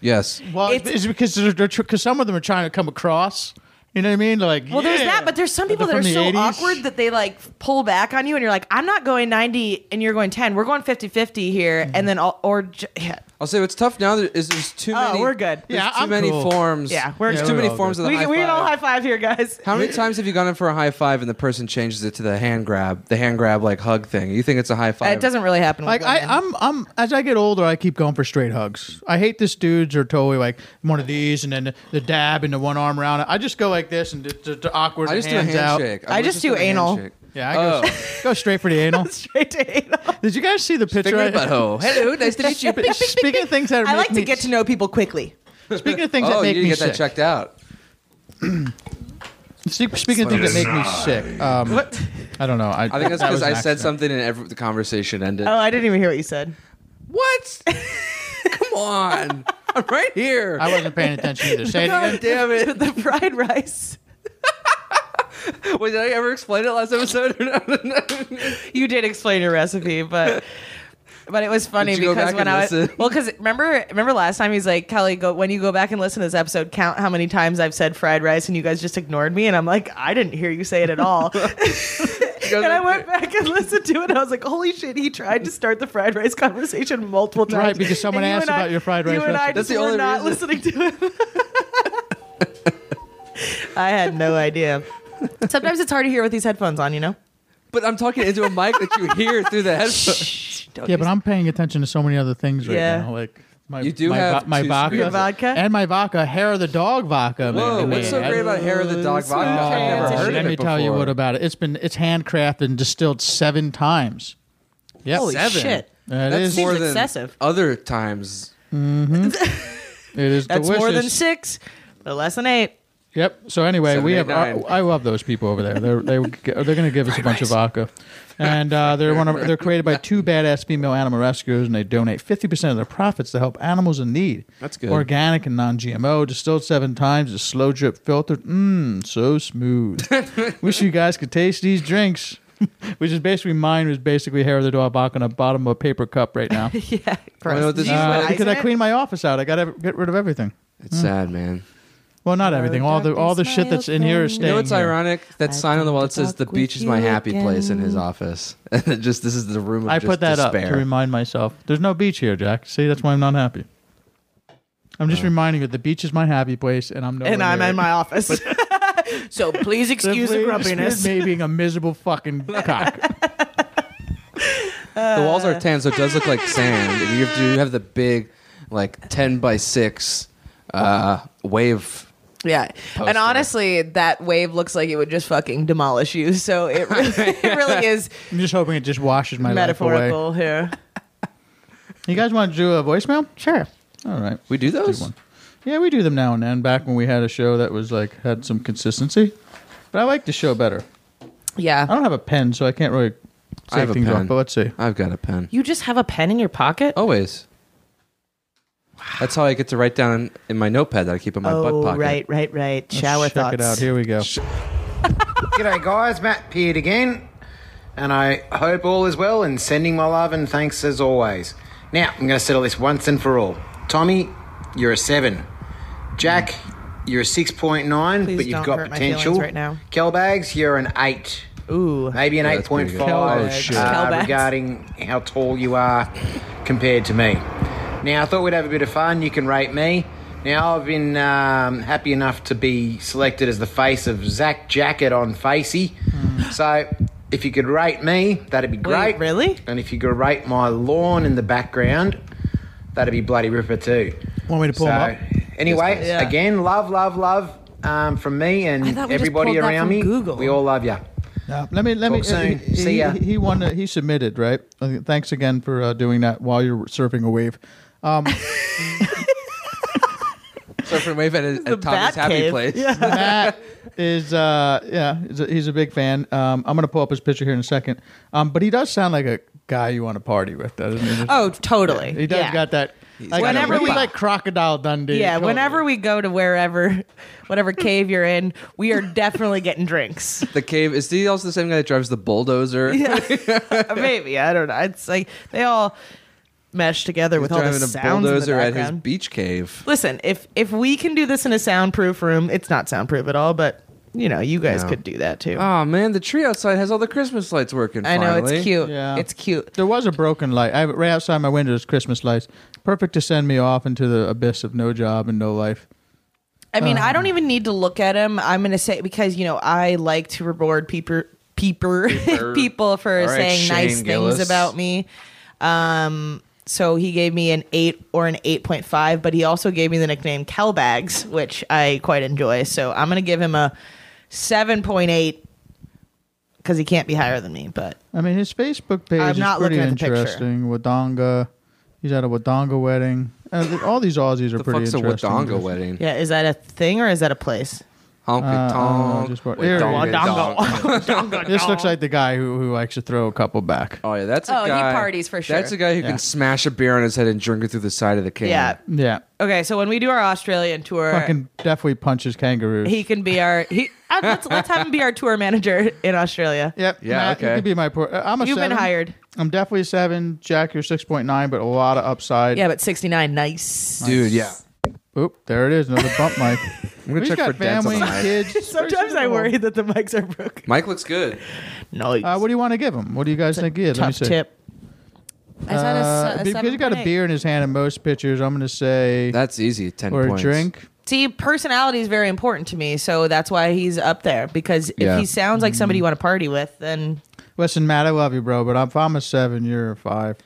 C: Yes.
B: Well, it's,
A: It's-
B: it's because they're, they're because some of them are trying to come across. You know what I mean? Like,
A: Well, there's
B: yeah.
A: that, but there's some people that
B: They're
A: are
B: from
A: so
B: the 80s.
A: awkward that they like pull back on you, and you're like, I'm not going 90, and you're going 10. We're going 50 50 here,
B: Mm-hmm.
A: and then all, or j- yeah.
C: I'll say what's tough now there- is there's too
A: Oh,
C: many.
A: we're good.
C: There's
B: Yeah,
C: too
B: I'm
C: many
B: cool.
C: forms.
A: Yeah, we're-
C: there's
B: Yeah,
C: too
B: we're
C: many
B: all
C: forms
B: good.
C: of the
A: we
C: high
A: can, we can all
C: five.
A: high five here, guys.
C: How many times have you gone in for a high five and the person changes it to the hand grab, the hand grab like hug thing? You think it's a high
A: Uh,
C: five?
A: It doesn't really happen. With
B: Like I,
A: women.
B: I'm, I'm. As I get older, I keep going for straight hugs. I hate this. Dudes are totally like one of these, and then the, the dab and the one arm around it. I just go like this and the, the, the awkward
C: I just do a
B: hands
C: handshake.
A: I
C: was
A: just do
C: doing a
A: anal.
C: handshake.
B: out. Yeah, I go,
C: Oh.
B: go straight for the anal.
A: straight to anal.
B: Did you guys see the picture?
C: Finger in
B: I-
C: butthole. Hello, nice to meet you.
B: Sp- Speaking of things that
A: I
B: make
A: like to
B: me-
A: get to know people quickly.
B: Speaking of things
C: Oh,
B: that
C: you
B: make
C: didn't
B: me
C: get that
B: sick.
C: checked out.
B: Speak- Speaking of things that make me sick, um,
A: What?
B: I don't know. I,
C: I think that's
B: that was
C: because
B: an
C: I said
B: accident.
C: something and every, the conversation ended.
A: Oh, I didn't even hear what you said.
C: what? Come on. I'm right here.
B: I wasn't paying attention either. Say it
C: God
B: again.
C: damn it.
A: the fried rice.
C: Wait, did I ever explain it last episode? or no?
A: You did explain your recipe, but but it was funny
C: Did you go
A: because
C: back
A: when
C: and
A: I was
C: listen?
A: well, because remember remember last time he's like Kelly, go when you go back and listen to this episode, count how many times I've said fried rice, and you guys just ignored me, and I'm like, I didn't hear you say it at all. and I went back and listened to it. And I was like, holy shit, he tried to start the fried rice conversation multiple times.
B: Right, because someone
A: And you
B: asked
A: and I-
B: about your fried rice
A: You and I
B: recipe.
A: just
C: That's the
A: were
C: only
A: not
C: reason.
A: listening to him. I had no idea. Sometimes it's hard to hear with these headphones on, you know?
C: But I'm talking into a mic that you hear through the headphones.
A: Don't
B: Yeah,
A: use-
B: but I'm paying attention to so many other things right
A: Yeah.
B: now. Like my,
C: You do
B: my,
C: have
B: vo- my
C: two
B: vodka,
C: screens. Your
A: vodka?
B: and my vodka, hair of the dog vodka.
C: Whoa,
B: man.
C: what's so
B: I-
C: great about hair of the dog vodka?
A: okay.
C: I've never
A: It's a
C: heard of
B: Let
C: it
B: me tell you
C: before.
B: what about it. It's been it's handcrafted and distilled seven times. Yep.
A: Holy
C: Seven.
A: shit.
B: That
C: That's
B: is-
A: Seems
C: more than
A: excessive.
C: other times.
B: it is
A: That's
B: delicious.
A: more than six, but less than eight.
B: Yep. So anyway,
C: Seven,
B: we
C: eight,
B: have. I,
C: nine.
B: I love those people over there. They're they, they're going to give us a bunch of vodka, and uh, they're one of they're created by two badass female animal rescuers, and they donate fifty percent of their profits to help animals in need.
C: That's good.
B: Organic and non-GMO, distilled seven times, is slow drip filtered. Mmm, so smooth. Wish you guys could taste these drinks. Which is basically mine was basically hair of the dog vodka on the bottom of a paper cup right now.
A: Yeah.
C: You know what this
A: Do you
C: is?
A: put
B: Uh,
A: ice
B: because
A: in
B: I
A: it?
B: cleaned my office out. I got to get rid of everything.
A: Hmm.
C: It's sad, man.
B: Well, not everything. All the all the shit that's in here is
A: You
B: staying.
C: You know what's
B: here.
C: ironic? That sign on the wall that says "The
A: talk
C: beach
A: with
C: is my
A: you
C: happy place" in
A: again.
C: his office, and it just this is the room. Of
B: I
C: just
B: put that
C: despair.
B: up to remind myself. There's no beach here, Jack. See, that's why I'm not happy. I'm
C: Oh.
B: just reminding you the beach is my happy place, and I'm nowhere
A: And I'm
B: near
A: in
B: it.
A: my office. so please excuse the
B: Simply
A: grumpiness.
B: Me being a miserable fucking cock.
C: the walls are tan, so it does look like sand. And you have to you have the big, like ten by six, uh, wave.
A: Yeah.
C: Poster.
A: And honestly, that wave looks like it would just fucking demolish you. So it really, it really is
B: I'm just hoping it just washes my life away.
A: metaphorical here.
B: You guys want to do a voicemail?
A: Sure.
B: All right.
C: We do those.
B: one. Yeah, we do them now and then. Back when we had a show that was like had some consistency, but I like the show better.
A: Yeah.
B: I don't have a pen, so I can't really
C: I
B: take
C: have a
B: things
C: pen.
B: off. But let's see.
C: I've got a pen.
A: You just have a pen in your
B: Oh,
A: pocket?
C: Always. That's how I get to write down in my notepad that I keep in my butt
A: Oh,
C: pocket.
A: right, right, right.
B: Let's
A: Shower
B: check
A: thoughts.
B: it out. Here we go.
F: G'day, guys. Matt Peart again, and I hope all is well and sending my love and thanks as always. Now, I'm going to settle this once and for all. Tommy, you're a seven. Jack, you're a 6.9,
A: Please
F: but you've
A: don't
F: got
A: hurt my feelings
F: potential.
A: right now.
F: Kelbags, you're an eight.
A: Ooh.
F: Maybe an
C: Yeah, that's pretty good.
F: 8.5
C: Oh, shit.
F: uh,
A: Kelbags.
F: regarding how tall you are compared to me. Now, I thought we'd have a bit of fun. You can rate me. Now, I've been um, happy enough to be selected as the face of Zach Jacket on Facey. So, if you could rate me, that'd be
A: Hmm. Wait,
F: great.
A: really?
F: And if you could rate my lawn in the background, that'd be bloody ripper too.
B: Want me to pull 'em up?
F: Anyway,
A: Yeah.
F: again, love, love, love um, from me
A: I
F: and
A: thought we just
F: everybody
A: pulled that
F: around
A: from
F: me.
A: Google.
F: We all love you.
B: Yeah, let me let me.
F: Talk soon.
B: He,
F: See ya.
B: he, he won. He submitted right. Uh, Thanks again for uh, doing that while you're surfing a wave.
C: Surfing wave at, at
A: The
C: Tommy's
A: Bat
C: happy
A: Cave.
C: place.
A: Yeah.
B: Matt is uh yeah he's a, he's a big fan. Um, I'm gonna pull up his picture here in a second. Um, but he does sound like a guy you want to party with, doesn't he?
A: Oh, totally.
B: he does
A: yeah.
B: got that. Like,
A: a
C: got
B: whenever we
A: wipa.
B: like crocodile Dundee.
A: Yeah,
B: totally.
A: whenever we go to wherever, whatever cave you're in, we are definitely getting drinks.
C: The cave is he also the same guy that drives the bulldozer?
A: Maybe I don't know. It's like they all mesh together with all the
C: driving a
A: sounds in the
C: bulldozer at his
A: background.
C: beach cave.
A: Listen, if if we can do this in a soundproof room, it's not soundproof at all, but you know, you guys
C: No.
A: could do that too.
C: Oh man, the tree outside has all the Christmas lights working.
A: I know
C: finally.
A: it's cute.
B: Yeah.
A: It's cute.
B: There was a broken light. I have it right outside my window. There's Christmas lights. Perfect to send me off into the abyss of no job and no life.
A: I mean, I
C: Um.
A: don't even need to look at him. I'm going to say because you know, I like to reward peeper peeper people for
C: All right,
A: saying
C: Shane
A: nice
C: Gillis.
A: things about me. Um so he gave me an 8 or an 8.5, but he also gave me the nickname Kelbags, which I quite enjoy. So I'm going to give him a 7.8 cuz he can't be higher than me, but
B: I mean, his Facebook page
A: I'm
B: is
A: not
B: pretty
A: looking at the picture.
B: interesting. Wadonga, he's at a Wadonga wedding. Uh, th- all these Aussies are
C: The
B: pretty
C: fuck's a
B: interesting.
C: Wodonga wedding?
A: Yeah, is that a thing or is that a place?
C: Honky
B: uh,
C: tonk.
B: just what-
C: with
B: here it
C: dongle
B: is.
C: dongle.
B: This looks like the guy who, who likes to throw a couple back.
C: Oh yeah, that's a
G: Oh, he
C: guy.
G: parties for sure.
C: That's a guy who
B: Yeah.
C: can smash a beer on his head and drink it through the side of the can.
A: Yeah.
B: Yeah.
A: Okay, so when we do our Australian tour,
B: Fucking definitely punches kangaroos.
A: he can be our he. uh, let's, let's have him be our tour manager in Australia.
B: Yep.
C: Yeah,
B: Matt, You
C: okay.
B: could be my poor. uh, I'm a
A: You've been
B: seven.
A: hired.
B: I'm definitely a seven. Jack, you're six point nine, but a lot of upside.
A: Yeah, but sixty nine, nice.
C: dude. Yeah.
B: Oop, there it is. Another bump, Mike.
C: I'm gonna
B: We've
C: check
B: got
C: for dents
B: family,
C: on the mic.
B: kids.
A: Sometimes I worry that the mics are broken.
C: Mike looks good.
A: Nice.
B: Uh, what do you want to give him? What do you guys think? Yeah, let me
A: Tough
B: see.
A: tip.
G: I said
B: Uh,
G: a,
B: because you got a beer in his hand in most pictures, I'm going to say
C: That's easy. Ten
B: or
C: points.
B: a drink.
A: See, personality is very important to me, so that's why he's up there. Because if
C: Yeah.
A: he sounds like somebody you want to party with, then
B: Listen, Matt, I love you, bro, but if I'm a seven, you're a five.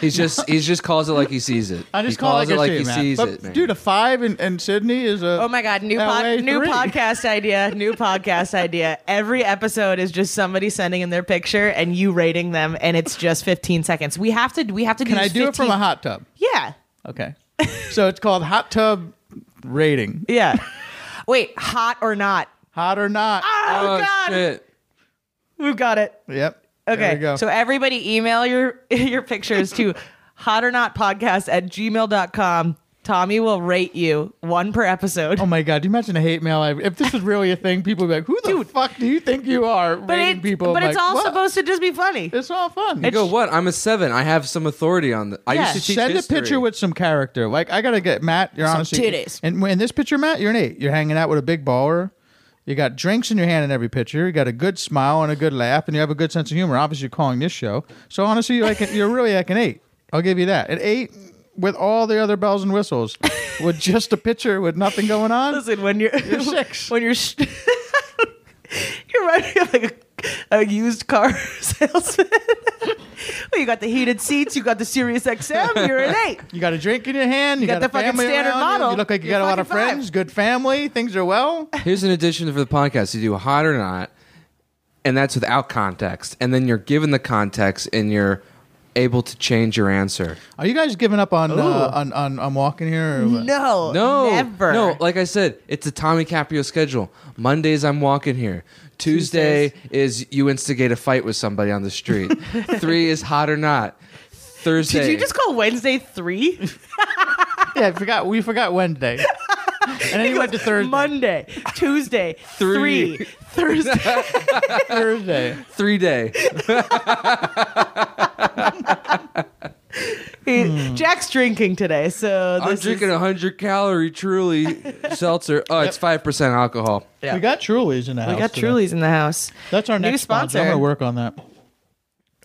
C: He's just he just calls it like he sees it.
B: I just
C: he
B: call
C: calls
B: it like,
C: like
B: I see
C: he
B: it, Matt.
C: sees
B: But,
C: it. man.
B: Dude, a five in, in Sydney is a.
A: oh my god, new
B: LA
A: pod, new
B: three.
A: podcast idea, new podcast idea. Every episode is just somebody sending in their picture and you rating them, and it's just fifteen seconds. We have to, we have to.
B: Can I
A: these
B: do it from
A: 15
B: a hot tub?
A: Yeah,
B: Okay. so it's called hot tub rating.
A: yeah. Wait, hot or not?
B: Hot or not.
A: Oh,
C: oh
A: god,
C: shit.
A: we've got it.
B: Yep. There
A: Okay.
B: you go.
A: So everybody email your your pictures to hot or not podcast at gmail.com. Tommy will rate you one per episode.
B: Oh my god! Do you imagine the hate mail? I, if this was really a thing, people would be like, "Who the fuck do you think you are?"
A: but
B: rating
A: it-
B: people,
A: but
B: I'm
A: it's
B: like,
A: all
B: "What?"
A: supposed to just be funny.
B: It's all fun.
C: You go what? I'm a seven. I have some authority on the. I
A: Yeah.
C: used to teach
B: Send
C: history.
B: a picture with some character. Like I gotta get Matt. You're honestly
G: titties.
B: And in this picture, Matt, you're an eight. You're hanging out with a big baller. You got drinks in your hand in every picture. You got a good smile and a good laugh, and you have a good sense of humor. Obviously, you're calling this show. So honestly, you're like an- you're really like an eight. I'll give you that. An eight with all the other bells and whistles, with just a picture with nothing going on.
A: Listen, when you're,
B: You're six.
A: when you're sh- you're running like a, a used car salesman. well, you got the heated seats, you got the Sirius XM, you're an eight.
B: You got a drink in your hand. You,
A: got the
B: a
A: fucking
B: family
A: standard
B: around you,
A: model.
B: You look like you
A: You're
B: got a lot of
A: fucking five.
B: friends, good family, things are well.
C: Here's an addition for the podcast. You do hot or not, and that's without context. And then you're given the context, and you're able to change your answer.
B: Are you guys giving up on uh, on, on on walking here? Or what?
A: No,
C: No,
A: Uh, never.
C: No, like I said, it's a Tommy Caprio schedule. Mondays I'm walking here. Tuesday is you instigate a fight with somebody on the street. Three is hot or not. Thursday.
A: Did you just call Wednesday three?
B: Yeah, I forgot. We forgot Wednesday, and then you went to Thursday.
A: Monday, Tuesday,
C: Three.
A: three, Thursday.
B: Thursday.
C: three day?
A: Jack's drinking today, so
C: I'm
A: this
C: drinking a hundred calorie Truly seltzer. Oh, it's five percent alcohol.
A: Yeah.
B: We got Trulies in the house.
A: Is, we got
B: today.
A: Truly's in the house.
B: That's our
A: New
B: next
A: sponsor.
B: I'm gonna work on that.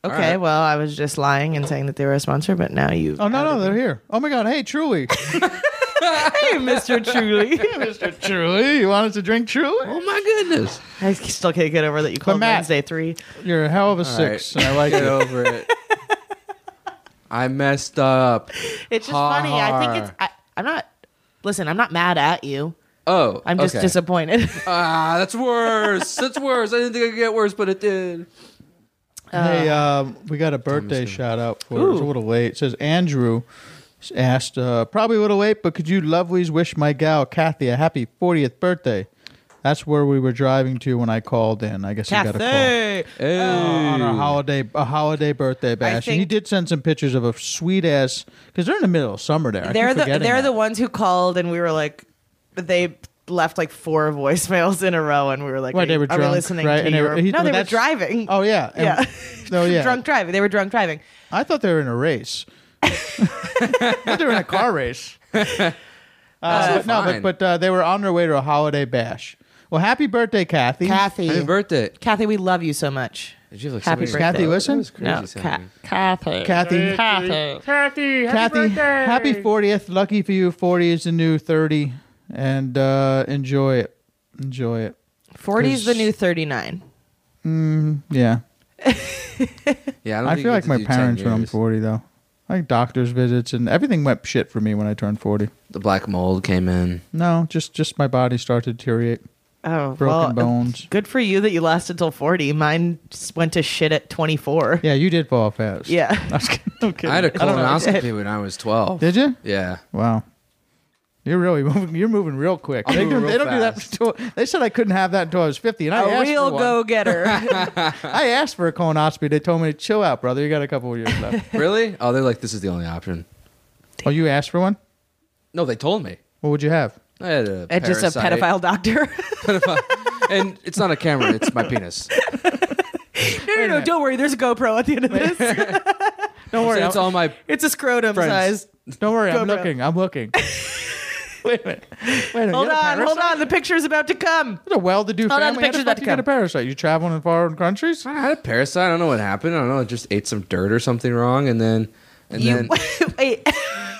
A: Okay,
C: right.
A: well, I was just lying and saying that they were a sponsor, but now you.
B: Oh no, no, they're here. Oh my God! Hey,
A: Hey,
B: Truly,
A: Mr. Truly.
B: Mr. Truly, you want us to drink Truly?
C: Oh my goodness.
A: I still can't get over that you called
B: Matt-
A: Wednesday three.
B: You're a hell of a
C: All
B: six,
C: right.
B: and I like
C: Get
B: it.
C: over it. I messed up.
A: It's just
C: Ha
A: funny. I think
C: ha.
A: it's. I, I'm not. Listen, I'm not mad at you.
C: Oh,
A: I'm just
C: okay.
A: disappointed.
C: Ah, that's worse. that's worse. I didn't think it could get worse, but it did.
B: Hey,
A: Uh,
B: um, we got a birthday shout out for it's a little late. It says Andrew asked, uh, probably a little late, but could you lovelies wish my gal Kathy a happy 40th birthday? That's where we were driving to when I called in. I guess he got a
A: Kathy.
C: Hey.
B: call on our holiday a holiday birthday bash. and he
A: think-
B: did send some pictures of a sweet ass because they're in the middle of summer there. I keep
A: They're the
B: forgetting
A: they're
B: that.
A: the ones who called, and we were like, they left like four voicemails in a row, and we were like,
B: Right,
A: are,
B: they
A: you-
B: were
A: are
B: drunk,
A: we listening
B: right?
A: to
B: And they
A: your-
B: were- he-
A: no, they were
B: that's-
A: driving.
B: Oh yeah, And-
A: yeah.
B: oh yeah.
A: drunk driving. They were drunk driving.
B: I thought they were in a race. But they were in a car race. Uh, but no,
C: fine.
B: but, but uh, they were on their way to a holiday bash. Well, happy birthday, Kathy.
C: Happy
A: Kathy,
C: birthday.
A: Kathy, we love you so much.
C: Did you have, like,
A: Happy
C: so many-
A: birthday.
B: Kathy, listen.
C: That was crazy sounding.
A: Kathy.
B: Kathy,
A: Kathy.
B: Kathy, happy 40th. Lucky for you, 40 is the new 30. And uh, enjoy it. Enjoy it.
A: 40 is the new 39.
B: Mm, Yeah.
C: Yeah, I,
B: I
C: don't think
B: feel
C: you
B: like
C: get
B: my
C: to do 10
B: parents when I'm
C: years.
B: 40, though. Like doctor's visits and everything went shit for me when I turned 40.
C: The black mold came in.
B: No, just just my body started to deteriorate.
A: Oh,
B: Broken
A: well,
B: bones.
A: Good for you that you lasted till 40. Mine just went to shit at 24.
B: Yeah, you did fall fast.
A: Yeah.
B: I was kidding. I'm kidding.
C: I had a
A: I don't know.
C: colonoscopy when I was 12.
B: Did you?
C: Yeah.
B: Wow. You're really moving. You're moving real quick. They, do,
F: move real
B: they don't
F: fast.
B: do that. Until, they said I couldn't have that until I was 50, and I
A: A
B: asked
A: real
B: for one.
A: go getter.
B: I asked for a colonoscopy. They told me, "Chill out, brother. You got a couple of years left."
C: really? Oh, they're like, this is the only option.
B: oh, you asked for one?
C: No, they told me.
B: What would you have?
C: I had a
A: just a
C: parasite.
A: pedophile doctor.
C: and it's not a camera; it's my penis.
A: no, no, no, don't worry. There's a GoPro at the end of this.
B: Don't worry.
C: That's
B: I'm-
C: all my.
A: It's a scrotum
C: Friends.
A: size.
B: Don't worry. I'm
A: GoPro.
B: looking. I'm looking. Wait a minute. Wait a minute.
A: Hold
B: you had
A: on,
B: a
A: hold
B: parasite?
A: on. The picture's about to come.
B: It's a well-to-do
A: Hold on, Oh, the
B: family. How
A: picture's about
B: the fuck
A: to
B: you get
A: come.
B: a parasite? You traveling in foreign countries?
C: I had a parasite. I don't know what happened. I don't know. I just ate some dirt or something wrong, and then and
A: You
C: then
A: wait.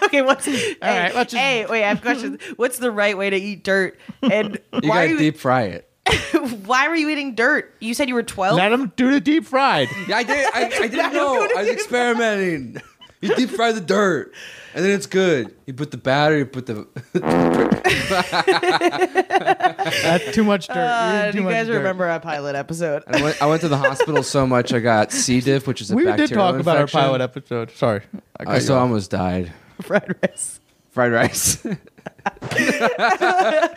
A: okay, what's all hey,
B: right, let's just-
A: hey, wait, I have questions. What's the right way to eat dirt? And
C: you
A: why
C: gotta
A: are you,
C: deep fry it.
A: why were you eating dirt? You said you were twelve.
B: Let him do the deep fried.
C: Yeah, I did. I, I didn't know. I was experimenting. You deep fry the dirt, and then it's good. You put the batter. You put the.
B: That's too much dirt. You're
A: Uh,
B: eating
A: do
B: too
A: you
B: much
A: guys
B: dirt.
A: remember our pilot episode?
C: I went, I went to the hospital so much I got C diff, which is a
B: We
C: bacterial
B: did talk about our
C: infection.
B: pilot episode. Sorry, cut
C: I
B: you
C: still
B: off.
C: almost died.
A: Fried rice.
C: Fried rice.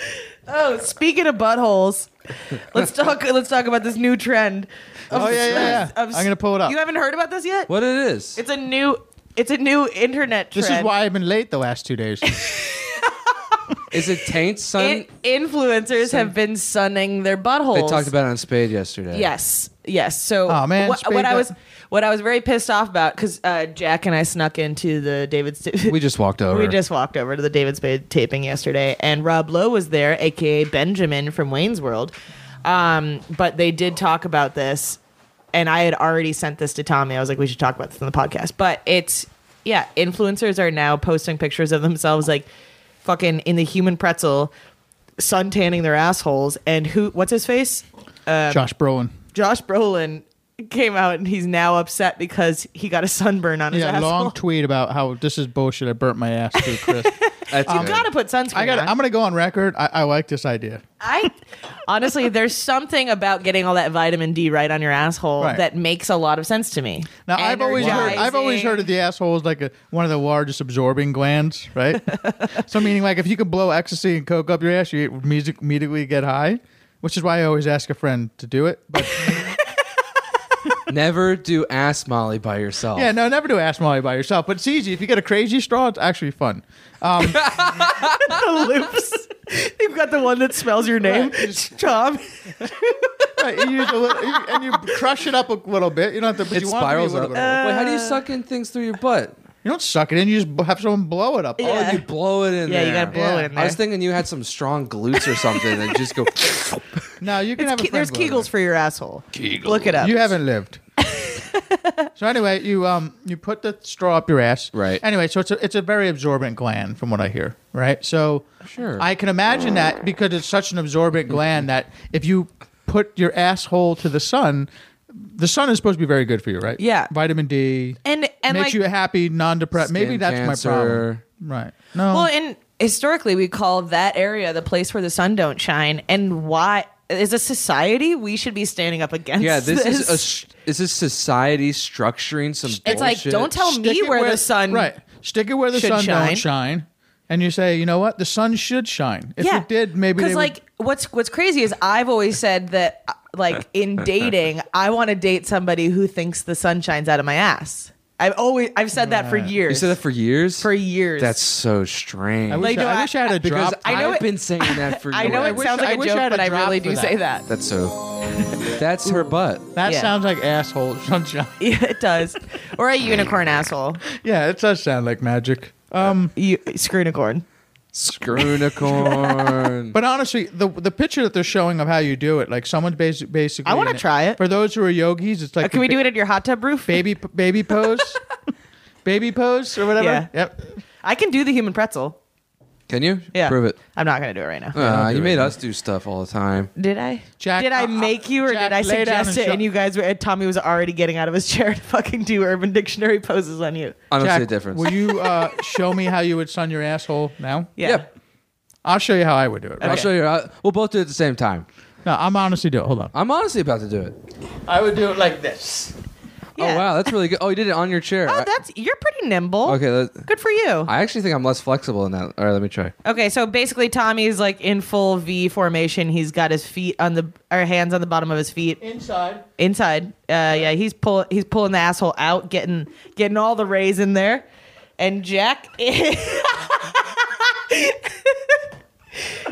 A: Oh, speaking of buttholes, let's talk. Let's talk about this new trend.
B: Oh yeah, yeah, yeah.
A: of-
B: I'm gonna pull it up.
A: You haven't heard about this yet?
C: what it is?
A: It's a new. It's a new internet trend.
B: this is why I've been late the last two days.
C: Is it taint, son?
A: In- influencers have been sunning their buttholes.
C: they talked about it on Spade yesterday.
A: Yes, yes. So,
B: Aw, man,
A: what,
B: Spade
A: what I
B: got-
A: was what I was very pissed off about because uh, Jack and I snuck into the David. St-
C: We just walked over.
A: We just walked over to the David Spade taping yesterday, and Rob Lowe was there, aka Benjamin from Wayne's World. Um, but they did talk about this, and I had already sent this to Tommy. I was like, we should talk about this on the podcast. But it's yeah, influencers are now posting pictures of themselves like fucking in the human pretzel, suntanning their assholes. And who? What's his face?
B: Josh Brolin.
A: Josh Brolin came out and he's now upset because he got a sunburn on his
B: Yeah,
A: asshole.
B: long tweet about how this is bullshit. I burnt my ass to a crisp.
C: That's
A: you
B: um,
C: good.
A: gotta put sunscreen.
B: I got.
A: on.
B: I'm gonna go on record. I, I like this idea.
A: I honestly, there's something about getting all that vitamin D right on your asshole
B: Right.
A: that makes a lot of sense to me.
B: Now I've always heard. I've always
A: Energizing.
B: heard of the asshole is like a, one of the largest absorbing glands, right? so meaning like if you can blow ecstasy and coke up your ass, you music, immediately get high. Which is why I always ask a friend to do it. But
C: Never do ass Molly by yourself.
B: yeah, no, never do ass Molly by yourself. But it's easy. If you get a crazy straw, it's actually fun.
A: the loops. You've got the one that smells your name, Tom.
B: Right, you use a little, you- and you crush it up a little bit. You don't have to. But
C: It
B: you
C: spirals
B: want
C: up.
B: it to be a little bit.
C: Wait, how do you
A: Uh,
C: suck in things through your butt?
B: You don't suck it in. You just b- have someone blow it up.
C: Oh, you blow it in
A: Yeah,
C: there.
A: you gotta blow
B: Yeah.
A: it in
C: I
A: there.
C: was thinking you had some strong glutes or something and just go.
B: No, you can have a
A: Ke-
B: friend
A: there's
B: blow it
A: Kegels for your asshole. Look it up.
B: up. You haven't lived. so anyway, you um you put the straw up your ass.
C: Right.
B: Anyway, so it's a it's a very absorbent gland, from what I hear. Right. So
C: Sure.
B: I can imagine that because it's such an absorbent gland that if you put your asshole to the sun. The sun is supposed to be very good for you, right?
A: Yeah.
B: Vitamin D.
A: And- and,
B: makes
A: like-
B: you happy, non-depressed. Maybe
C: Skin
B: that's my problem.
C: cancer.
B: Right. No.
A: Well, and historically, we call that area the place where the sun don't shine. And why? As a society, we should be standing up against.
C: Yeah, this
A: this
C: is a sh- this is society structuring some.
A: It's like, don't tell me
B: Stick it
A: where the sun-
B: right. Stick it where the
A: should
B: sun
A: shine.
B: don't shine, and you say, you know what, the sun should shine. If it did, maybe they
A: because
B: would-
A: like what's what's crazy is I've always said that uh, like in dating I want to date somebody who thinks the sun shines out of my ass. I've always I've said that for years.
C: You said that for years.
A: for years.
C: That's so strange.
B: I wish,
A: like, no,
B: I,
A: I-
B: wish I had a
C: because
B: drop.
A: I know
C: I've
A: it-
C: been saying that for.
A: I know
C: years.
A: it sounds
B: I
A: like a
B: wish I
A: joke,
B: had a
A: but I
B: drop
A: really
B: for
A: do
B: that.
A: say that.
C: That's so. That's her butt.
B: that
A: yeah.
B: sounds like asshole sunshine.
A: Yeah, it does. Or a unicorn asshole.
B: yeah, it does sound like magic. Um,
A: You screenicorn.
C: Scrunicorn.
B: but honestly, the the picture that they're showing of how you do it, like someone's basi- basically.
A: I wanna
B: in
A: try it. Uh,
B: For those who are yogis, it's like
A: Can we
B: a ba-
A: do it at your hot tub roof?
B: baby baby pose, baby pose or whatever.
A: Yeah.
B: Yep.
A: I can do the human pretzel.
C: Can you?
A: Yeah.
C: Prove it.
A: I'm not gonna do it right now.
C: Uh, you made us do stuff all the time.
A: Did I?
B: Jack,
A: did I
B: uh, uh,
A: make you, or
B: Jack,
A: did I
B: lay down
A: suggest
B: and
A: it?
B: show-
A: And you guys were. And Tommy was already getting out of his chair to fucking do Urban Dictionary poses on you.
C: I don't
B: Jack,
C: see a difference.
B: Will you uh, show me how you would sun your asshole now?
A: Yeah.
C: Yep.
B: I'll show you how I would do it. Right?
C: I'll show you. I, we'll both do it at the same time.
B: No, I'm honestly do it. Hold on.
C: I'm honestly about to do it.
B: I would do it like this.
A: Yeah.
C: Oh wow, that's really good. Oh, you did it on your chair.
A: Oh, that's you're pretty nimble.
C: okay. That,
A: Good for you.
C: I actually think I'm less flexible in that. All right, let me try.
A: Okay, so basically Tommy's like in full V formation. He's got his feet on the or hands on the bottom of his feet
B: Inside.
A: inside. Uh, yeah, he's pull he's pulling the asshole out, getting getting all the rays in there. And Jack is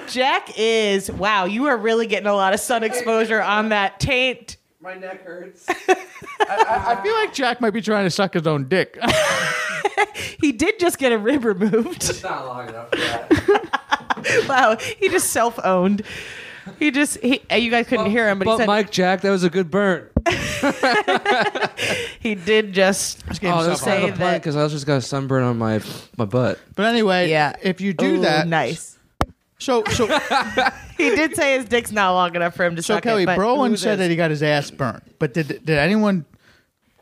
A: Jack is wow, you are really getting a lot of sun exposure on that taint.
C: My neck hurts.
B: I feel like Jack might be trying to suck his own dick.
A: He did just get a rib removed.
C: Not long enough for that.
A: wow, he just self owned. He just he, uh, you guys couldn't hear him, but, he
C: But
A: said
C: Mike Jack, that was a good burn.
A: he did just
C: Oh, that's
A: Say
C: kind of
A: that-
C: because I was just got a sunburn on my my butt.
B: but anyway,
A: Yeah.
B: if you do
A: Ooh,
B: that,
A: Oh, Nice.
B: So so
A: He did say his dick's not long enough for him to
B: so
A: suck
B: Kelly
A: it. but
B: Browan
A: who
B: said
A: this?
B: that he got his ass burnt, but did did anyone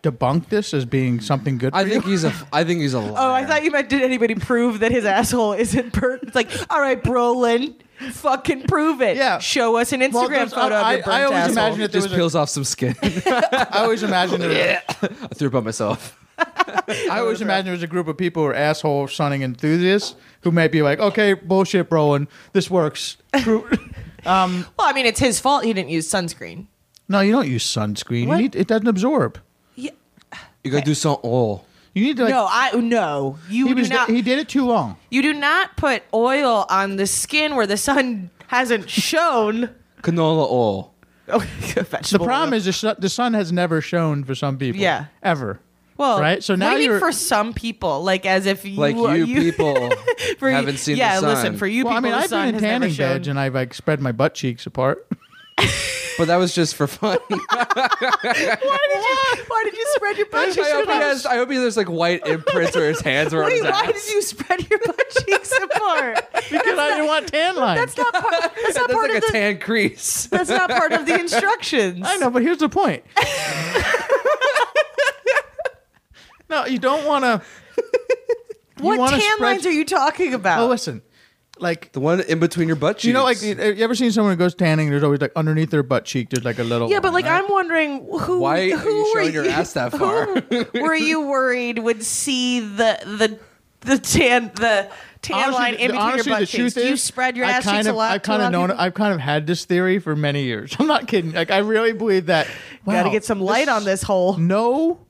B: debunk this as being something good?
C: I
B: for
C: think
B: you?
C: he's a. I think he's a. Liar.
A: Oh, I thought you meant did anybody prove that his asshole isn't burnt? It's like, all right, Brolin, fucking prove it.
B: Yeah.
A: Show us an Instagram
B: Well, there's-
A: photo of
B: I-
A: your burnt
B: I always
A: asshole.
B: imagine
C: it
B: that there was
C: just
B: a-
C: peels off some skin.
B: I always imagine there was-
C: I threw up on myself.
B: I always imagine there was a group of people who are asshole sunning enthusiasts who might be like, okay, bullshit, Browan, this works. True-
A: well, I mean, it's his fault he didn't use sunscreen.
B: no, you don't use sunscreen. You
A: What?
B: need, it doesn't absorb.
C: You gotta do some oil.
B: You need to like.
A: No, I no. You
B: he
A: do
B: was.
A: not.
B: He did it too long.
A: you do not put oil on the skin where the sun hasn't shown.
C: Canola oil.
A: Oh,
B: The
A: vegetable
B: problem
A: oil.
B: is the, sun- the sun has never shown for some people.
A: Yeah.
B: Ever.
A: well,
B: right? So now
A: what do you
B: you're-
A: mean for some people, like as if you
C: Like you, people
A: for you-
C: haven't seen the
A: Yeah,
C: sun.
A: listen for you
B: Well, I
A: people.
B: mean,
A: the
B: I've
A: sun
B: been in
A: has never
B: tanning
A: shown-
B: beds and I've like spread my butt cheeks apart.
C: But that was just for fun.
A: Why did you, why did you spread your
C: I,
A: butt
C: hope
A: cheeks?
C: he has, I hope he has like white imprints where his hands were on
A: Wait,
C: his
A: why
C: ass.
A: did you spread your butt cheeks apart?
B: because I didn't want tan lines.
A: That's not part, that's not
C: That's
A: part
C: like a
A: of the
C: tan crease.
A: that's not part of the instructions.
B: I know, but here's the point. no, you don't want to.
A: What
B: wanna
A: tan
B: spread-
A: lines are you talking about?
B: Oh, listen, like
C: The one in between your butt cheeks.
B: you know, like you you ever seen someone who goes tanning? There's always like underneath their butt cheek, there's like a little.
A: yeah, but
B: one,
A: like
B: right?
A: I'm wondering who
C: Why are
A: who
C: you
A: were
C: showing your ass that far?
A: who were you worried would see the the the tan the tan
B: Honestly,
A: line
B: the-
A: in between
B: honestly,
A: your
B: the
A: butt cheeks?
B: truth
A: Do you
B: is,
A: spread your
B: I
A: ass
B: kind
A: cheeks
B: of,
A: a lot.
B: I've
A: to
B: kind
A: allow
B: of known.
A: people-
B: I've kind of had this theory for many years. I'm not kidding. Like I really believe that. Wow,
A: Gotta get some light on this hole.
B: No.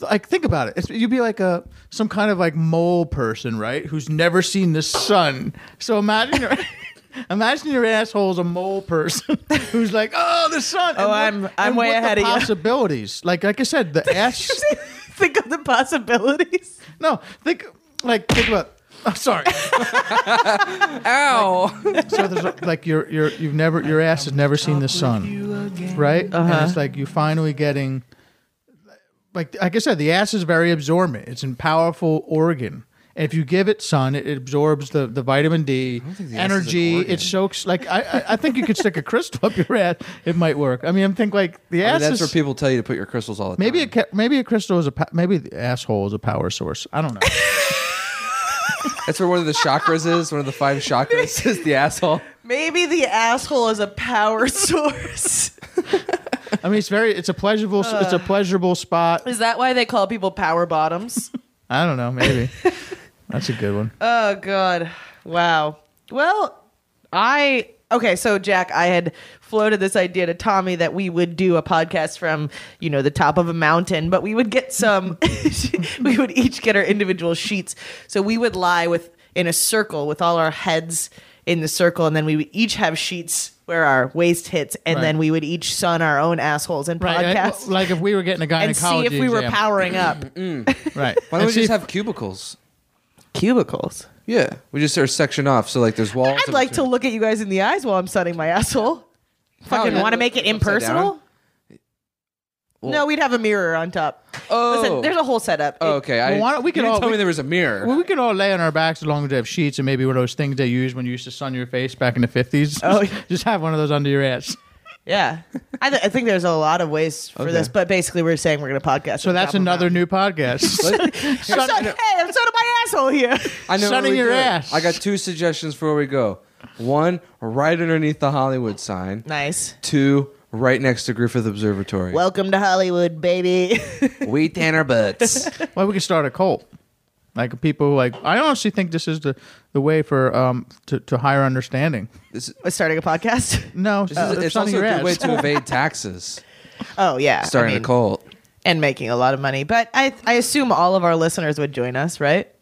B: Like think about it. It's, you'd be like a some kind of like mole person, right? Who's never seen the sun. So imagine your imagine your asshole's a mole person who's like, oh, the sun.
A: Oh, I'm- I'm way ahead of you.
B: Possibilities. Like like I said, the ass.
A: Think of the possibilities.
B: no, think like think about. I'm sorry.
C: Ow!
B: So there's like, like your your you've never your ass has never seen the sun, right?
C: Uh-huh.
B: And it's like you finally getting, like like I said, the ass is very absorbent. It's a powerful organ. And if you give it sun, it absorbs the, the vitamin D,
C: think the ass is an
B: energy.
C: organ.
B: It soaks. Like I, I, I think you could stick a crystal up your ass. It might work. I mean, I'm think like the
C: I mean,
B: ass
C: that's
B: is
C: where people tell you to put your crystals all the
B: maybe a
C: time.
B: ca- maybe a crystal is a pa- maybe the asshole is a power source. I don't know.
C: That's where one of the chakras is. One of the five chakras is the asshole.
A: Maybe the asshole is a power source.
B: I mean, it's very it's a pleasurable it's
A: Uh.
B: a pleasurable spot.
A: Is that why they call people power bottoms?
B: I don't know. Maybe that's a good one.
A: oh god. Wow. Well, I okay, so Jack, I had floated this idea to Tommy that we would do a podcast from, you know, the top of a mountain, but we would get some we would each get our individual sheets. So we would lie with in a circle with all our heads in the circle and then we would each have sheets where our waist hits and
B: Right.
A: then we would each sun our own assholes and
B: Right, like-
A: podcasts.
B: Like if we were getting a
A: and see
B: gynecology
A: if we were
B: exam.
A: powering up
B: Right.
C: Why don't
B: And
C: we
B: see
C: just
B: if-
C: have cubicles?
A: cubicles.
C: Yeah, we just are section off. So like, there's walls.
A: I'd like to look at you guys in the eyes while I'm sunning my asshole. Fucking
C: yeah.
A: want to make it
C: Upside
A: impersonal?
C: down?
A: No, we'd have a mirror on top.
C: Oh,
A: Listen, there's a whole setup.
C: Oh,
A: It-
C: okay. I,
B: Well, why don't- we
C: you
B: can
C: didn't
B: all-
C: tell
B: we-
C: me there was a mirror.
B: Well, we could all lay on our backs as long as we have sheets and maybe one of those things they used when you used to sun your face back in the 50s.
A: Oh, yeah.
B: just have one of those under your ass.
A: Yeah. I, th- I think there's a lot of ways for
C: Okay.
A: this, but basically we're saying we're going to podcast.
B: So that's another new podcast.
C: Let-
A: Sun- hey, I'm sunning my asshole here.
C: I know where
B: Sunning
C: we
B: your
C: do it.
B: ass.
C: I got two suggestions for where we go. One, right underneath the Hollywood sign.
A: nice.
C: Two, right next to Griffith Observatory.
A: Welcome to Hollywood, baby.
C: we tan our butts.
B: Well, we could start a cult. Like people who like I honestly think this is the, the way for um to, to higher understanding.
C: This,
A: Starting a podcast?
B: No,
C: this
B: uh,
C: is,
B: that's
C: it's
B: not
C: also a
B: your
C: good
B: ass.
C: way to evade taxes.
A: Oh yeah, I
C: Starting
A: mean,
C: a cult.
A: and making a lot of money. But I I assume all of our listeners would join us, right?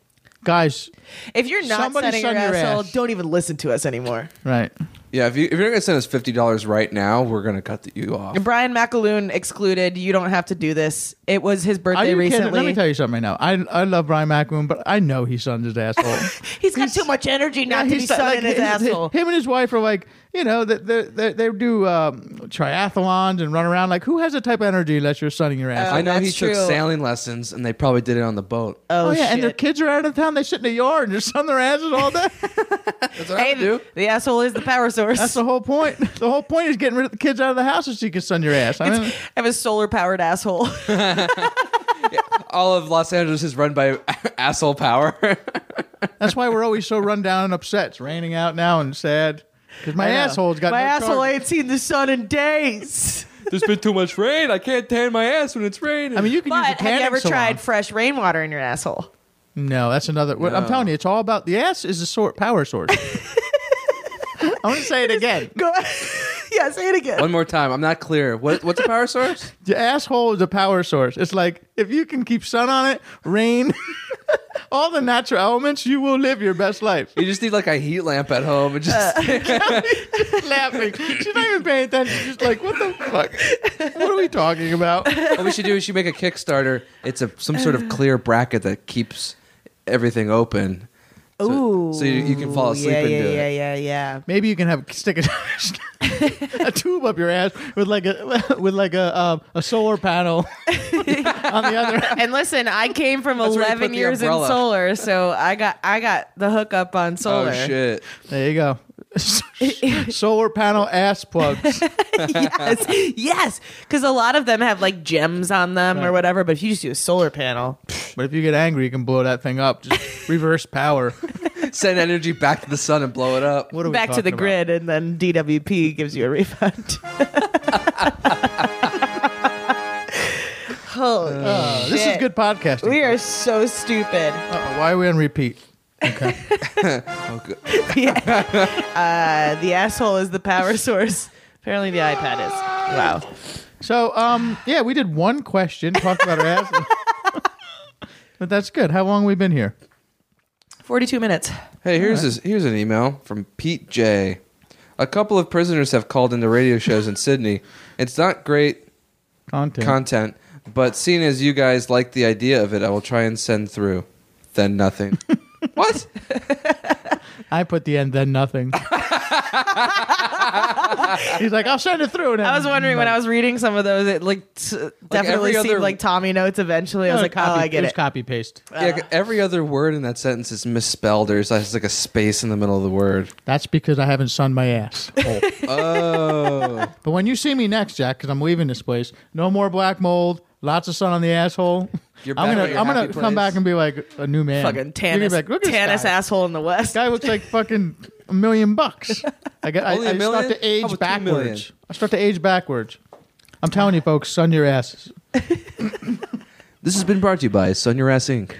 B: guys.
A: If you're not
B: Somebody
A: setting your,
B: sun your
A: asshole,
B: ass.
A: don't even listen to us anymore.
B: Right.
C: Yeah, if, you, if you're not gonna send us fifty dollars right now, we're gonna cut the, you off.
A: Brian McAloon excluded. You don't have to do this. It was his
B: Are
A: birthday
B: you
A: recently.
B: kidding? Let me tell you something right now. I I love Brian McMoon, but I know he suns his asshole.
A: he's got too much energy not to be
B: su-
A: sunning his asshole.
B: Him and his wife are like, you know, they they, they, they do um, triathlons and run around. Like, who has that type of energy unless you're sunning your asshole?
C: Oh, I know he
A: that's
C: took
A: true.
C: sailing lessons, and they probably did it on the boat.
A: oh,
B: Oh, yeah,
A: shit.
B: and their kids are out of town. They sit in the yard and just sun their asses all day.
C: That's what I
A: Hey,
C: would do.
A: the asshole is the power source.
B: That's the whole point. The whole point is getting rid of the kids out of the house so you can sun your ass. I mean,
A: I have a solar powered asshole.
C: All of Los Angeles is run by asshole power.
B: that's why we're always so run down and upset. It's raining out now and sad because my asshole's got
A: my
B: no
A: asshole
B: target.
A: ain't seen the sun in days.
C: There's been too much rain. I can't tan my ass when it's raining.
B: I mean, you can use a
A: But have
B: tanning
A: you ever
B: salon.
A: tried fresh rainwater in your asshole?
B: No, that's another. What I'm
C: No.
B: telling you, it's all about the ass is the sort power source. I'm gonna say it again.
A: Go. yeah, say it again.
C: one more time. I'm not clear. What, what's a power source?
B: The asshole is a power source. It's like if you can keep sun on it, rain, all the natural elements, you will live your best life.
C: You just need like a heat lamp at home and just
B: laughing. She's not even paying attention. She's just like, what the fuck? What are we talking about?
C: what we should do is should make a Kickstarter. It's a some sort of clear bracket that keeps everything open. So,
A: Ooh.
C: so you, you can fall asleep
A: yeah,
C: and
A: yeah,
C: do
A: yeah,
C: it.
A: yeah, yeah.
B: Maybe you can have stick a, a tube up your ass with like a with like a um, a solar panel on the other.
A: And listen, I came from
C: That's where you
A: 11
C: put the
A: years in
C: umbrella.
A: solar, so I got I got the hookup on solar.
C: Oh shit!
B: There you go. solar panel ass plugs.
A: yes, yes, because a lot of them have like gems on them or
B: Right.
A: whatever. But if you just do a solar panel,
B: But if you get angry, you can blow that thing up. Just reverse power.
C: Send energy back to the sun and blow it up.
B: What are we
A: back to
B: talking
A: the
B: about?
A: grid, and then DWP gives you a refund. Holy
B: Uh, this is
A: shit.
B: good podcasting.
A: We are so stupid.
B: Uh-oh, why are we on repeat?
A: Uh, the asshole is the power source. Apparently, the iPad is. Wow.
B: So, um, yeah, we did one question, talked about our ass. but that's good. How long we been here?
A: 42 minutes.
C: Hey, here's this, here's an email from Pete J. A couple of prisoners have called into radio shows in Sydney. It's not great
B: Content.
C: content, but seeing as you guys like the idea of it, I will try and send through. Then nothing. what?
B: I put the end, then nothing. He's like, I'll send it through. and then
A: I was wondering when I was reading some of those, it like t- definitely
C: every
A: seemed
C: other-
A: like Tommy notes. Eventually, I
B: No,
A: was like,
B: copy,
A: oh, I
B: it
A: get
B: was
A: it.
B: copy paste.
C: Yeah, every other word in that sentence is misspelled. There's like, like a space in the middle of the word.
B: That's because I haven't sunned my ass.
C: Oh,
B: But when you see me next, Jack, because I'm leaving this place, no more black mold, lots of sun on the asshole.
C: You're back
B: I'm
C: at
B: gonna,
C: your
B: I'm gonna
C: happy
B: come
C: place.
B: back and be like a new man.
A: Fucking
B: You're gonna
A: Tannis,
B: be like, look at
A: Tannis
B: this guy.
A: asshole in the West.
B: Guy looks like fucking a million bucks. I got, I,
C: Only a
B: I
C: million?
B: start to
C: How about two
B: age
C: million?
B: backwards. I start to age backwards. I'm telling you, folks, sun your asses.
C: this has been brought to you by Sun Your Ass Inc.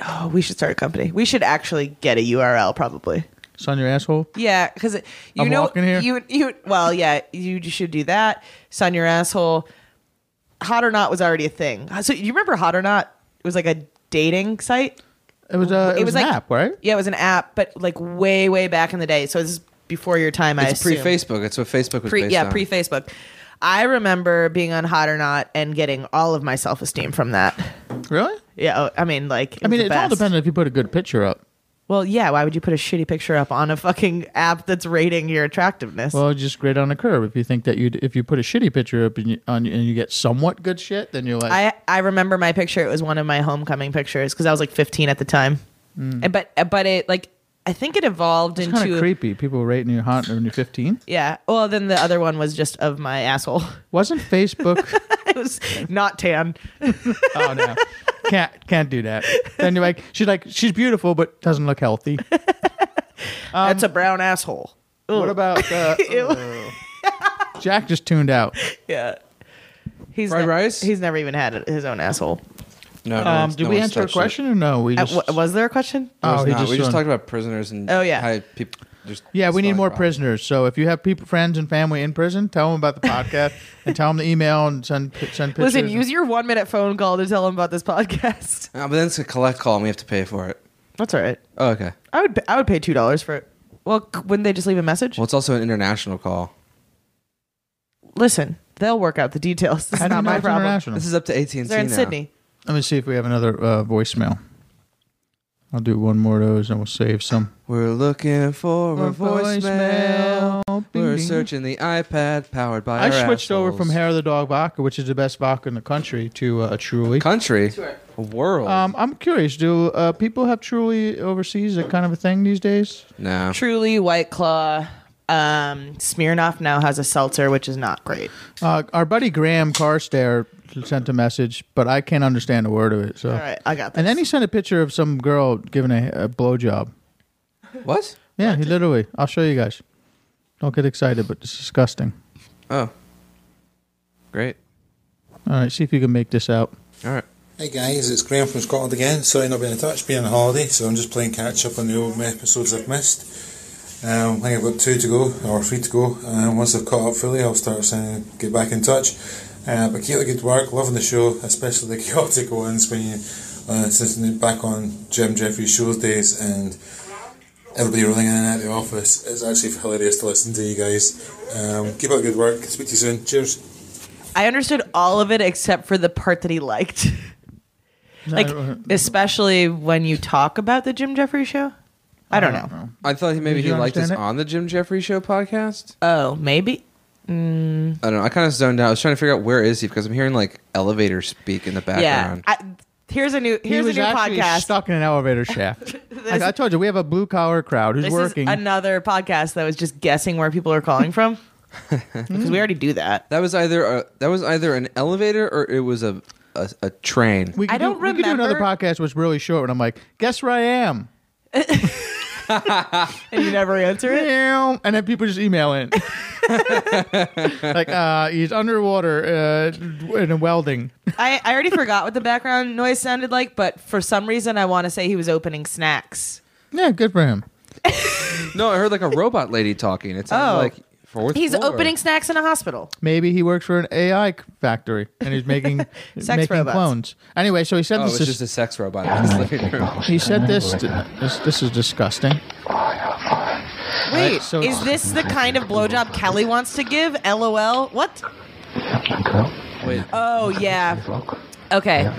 A: Oh, we should start a company. We should actually get a URL, probably.
B: Sun your asshole.
A: Yeah, because you
B: I'm
A: know
B: walking here.
A: you you well yeah you should do that. Son, your asshole. Hot or not was already a thing. Uh, So you remember Hot or Not? It was like a dating site.
B: It was a, it, was, an
A: like,
B: app, right?
A: Yeah, it was an app, but like way way back in the day. So this is before your time. I
C: It's
A: assume.
C: pre Facebook. It's what Facebook was
A: Pre,
C: based
A: yeah,
C: on.
A: pre Facebook. I remember being on Hot or Not and getting all of my self esteem from that.
B: Really?
A: Yeah, oh, I mean, like, it
B: I mean,
A: was
B: it
A: the
B: all
A: best.
B: depends if you put a good picture up.
A: Well, yeah. Why would you put a shitty picture up on a fucking app that's rating your attractiveness?
B: Well, just grade on a curve. If you think that you, if you put a shitty picture up and you, on, and you get somewhat good shit, then you're like,
A: I I remember my picture. It was one of my homecoming pictures because I was like 15 at the time. And but but it like I think it evolved
B: it's kind
A: into
B: of creepy. People rating you hot when you're 15.
A: yeah. Well, then the other one was just of my asshole.
B: Wasn't Facebook?
A: it was not tan.
B: oh no, can't can't do that. Then you're like, she's like, she's beautiful but doesn't look healthy.
A: That's a brown asshole.
B: What about? Uh,
A: Ew.
B: uh, Jack just tuned out.
A: Yeah. He's
C: Fried
A: ne-
C: rice?
A: He's never even had it, his own asshole.
C: No, no,
B: Um,
C: Oh, no
B: did we
C: one's
B: answer a
C: touched it.
B: question or no? We
A: Uh,
B: just
A: w- was there a question?
C: No,
B: oh,
C: it's
B: he
C: not.
B: just
C: we just
B: doing-
C: talked about prisoners and
A: Oh, yeah.
C: how people. There's
B: Yeah, we need
C: spelling
B: more
C: problems.
B: prisoners. So if you have people, friends, and family in prison, tell them about the podcast and tell them to email and send pi- send pictures.
A: Listen, use your one minute phone call to tell him about this podcast.
C: No, but then it's a collect call and we have to pay for it.
A: That's all right.
C: Oh, okay.
A: I would I would pay two dollars for it. Well, c- wouldn't they just leave a message?
C: Well, it's also an international call. Listen,
A: Listen, they'll work out the details. This
B: I
A: is not
B: don't know
A: my
B: it's
A: problem.
B: international.
C: this is up to AT and T
A: They're in
C: now.
A: Sydney.
B: Let me see if we have another uh, voicemail. I'll do one more of those and we'll save some.
C: We're looking for a voicemail.
B: Voicemail. Bing,
C: We're
B: bing.
C: searching the iPad powered by.
B: I
C: our
B: switched over
C: assholes.
B: from Hair of the Dog vodka, which is the best vodka in the country, to uh, Truly.
C: country, world.
B: Um, I'm curious. Do uh, people have Truly overseas? That kind of a thing these days.
C: no,
A: Truly, White Claw. Um, Smirnoff now has a seltzer, which is not great.
B: Uh, our buddy Graham Carstare sent a message, but I can't understand a word of it. So,
A: All right, I got this.
B: Oh. and then he sent a picture of some girl giving a, a blowjob.
C: what?
B: Yeah, he literally. I'll show you guys. Don't get excited, but it's disgusting.
C: Oh, great.
B: All right, see if you can make this out.
C: All right.
G: Hey guys, it's Graham from Scotland again. Sorry not being in touch, being on holiday, so I'm just playing catch up on the old episodes I've missed. Um, I think I've got two to go, or three to go, and once I've caught up fully, I'll start saying get back in touch. Uh, but keep the good work, loving the show, especially the chaotic ones when you, uh, since I'm back on Jim Jeffries' shows days and everybody rolling in and out of the office. It's actually hilarious to listen to you guys. Um, keep up the good work, speak to you soon, cheers.
A: I understood all of it except for the part that he liked. like,
B: Uh,
A: especially when you talk about the Jim Jeffrey show. I
B: Oh,
A: don't, know.
C: I thought he
B: Did
C: maybe he
B: you
C: liked this
B: understand it?
C: on the Jim Jeffrey Show podcast.
A: Oh, maybe.
C: I don't know. I kind of zoned out. I was trying to figure out where is he because I'm hearing like elevator speak in the
A: Yeah.
C: background.
A: I, here's a new
B: he
A: here's a
B: was
A: new
B: actually
A: podcast.
B: stuck in an elevator shaft. like I told you, we have a blue collar crowd who's
A: This
B: working.
A: is another podcast that was just guessing where people are calling from because we already do that.
C: that was either a, that was either an elevator or it was a a, a train.
B: we
A: I
B: could
A: don't
B: do, We could do another
A: remember-
B: podcast was really short, and I'm like, guess where I am?
A: And you never answer it.
B: Meow. and then people just email in. like uh, he's underwater uh, in a welding.
A: I, I already forgot what the background noise sounded like, but for some reason I want to say he was opening snacks.
B: Yeah, good for him.
C: No, I heard like a robot lady talking. It sounded
A: Oh.
C: like fourth.
A: He's
C: floor.
A: opening snacks in a hospital.
B: Maybe he works for an AI c- factory and he's making
A: Sex
B: making
A: robots.
B: clones. Anyway, so he said
C: Oh,
B: this.
C: it's
B: Is,
C: just a sex robot. in his living room.
B: he said this, this. This is disgusting.
A: Wait,
B: Right, so-
A: is this the kind of blowjob Kelly wants to give? LOL. What?
C: Wait,
A: Oh yeah. Okay.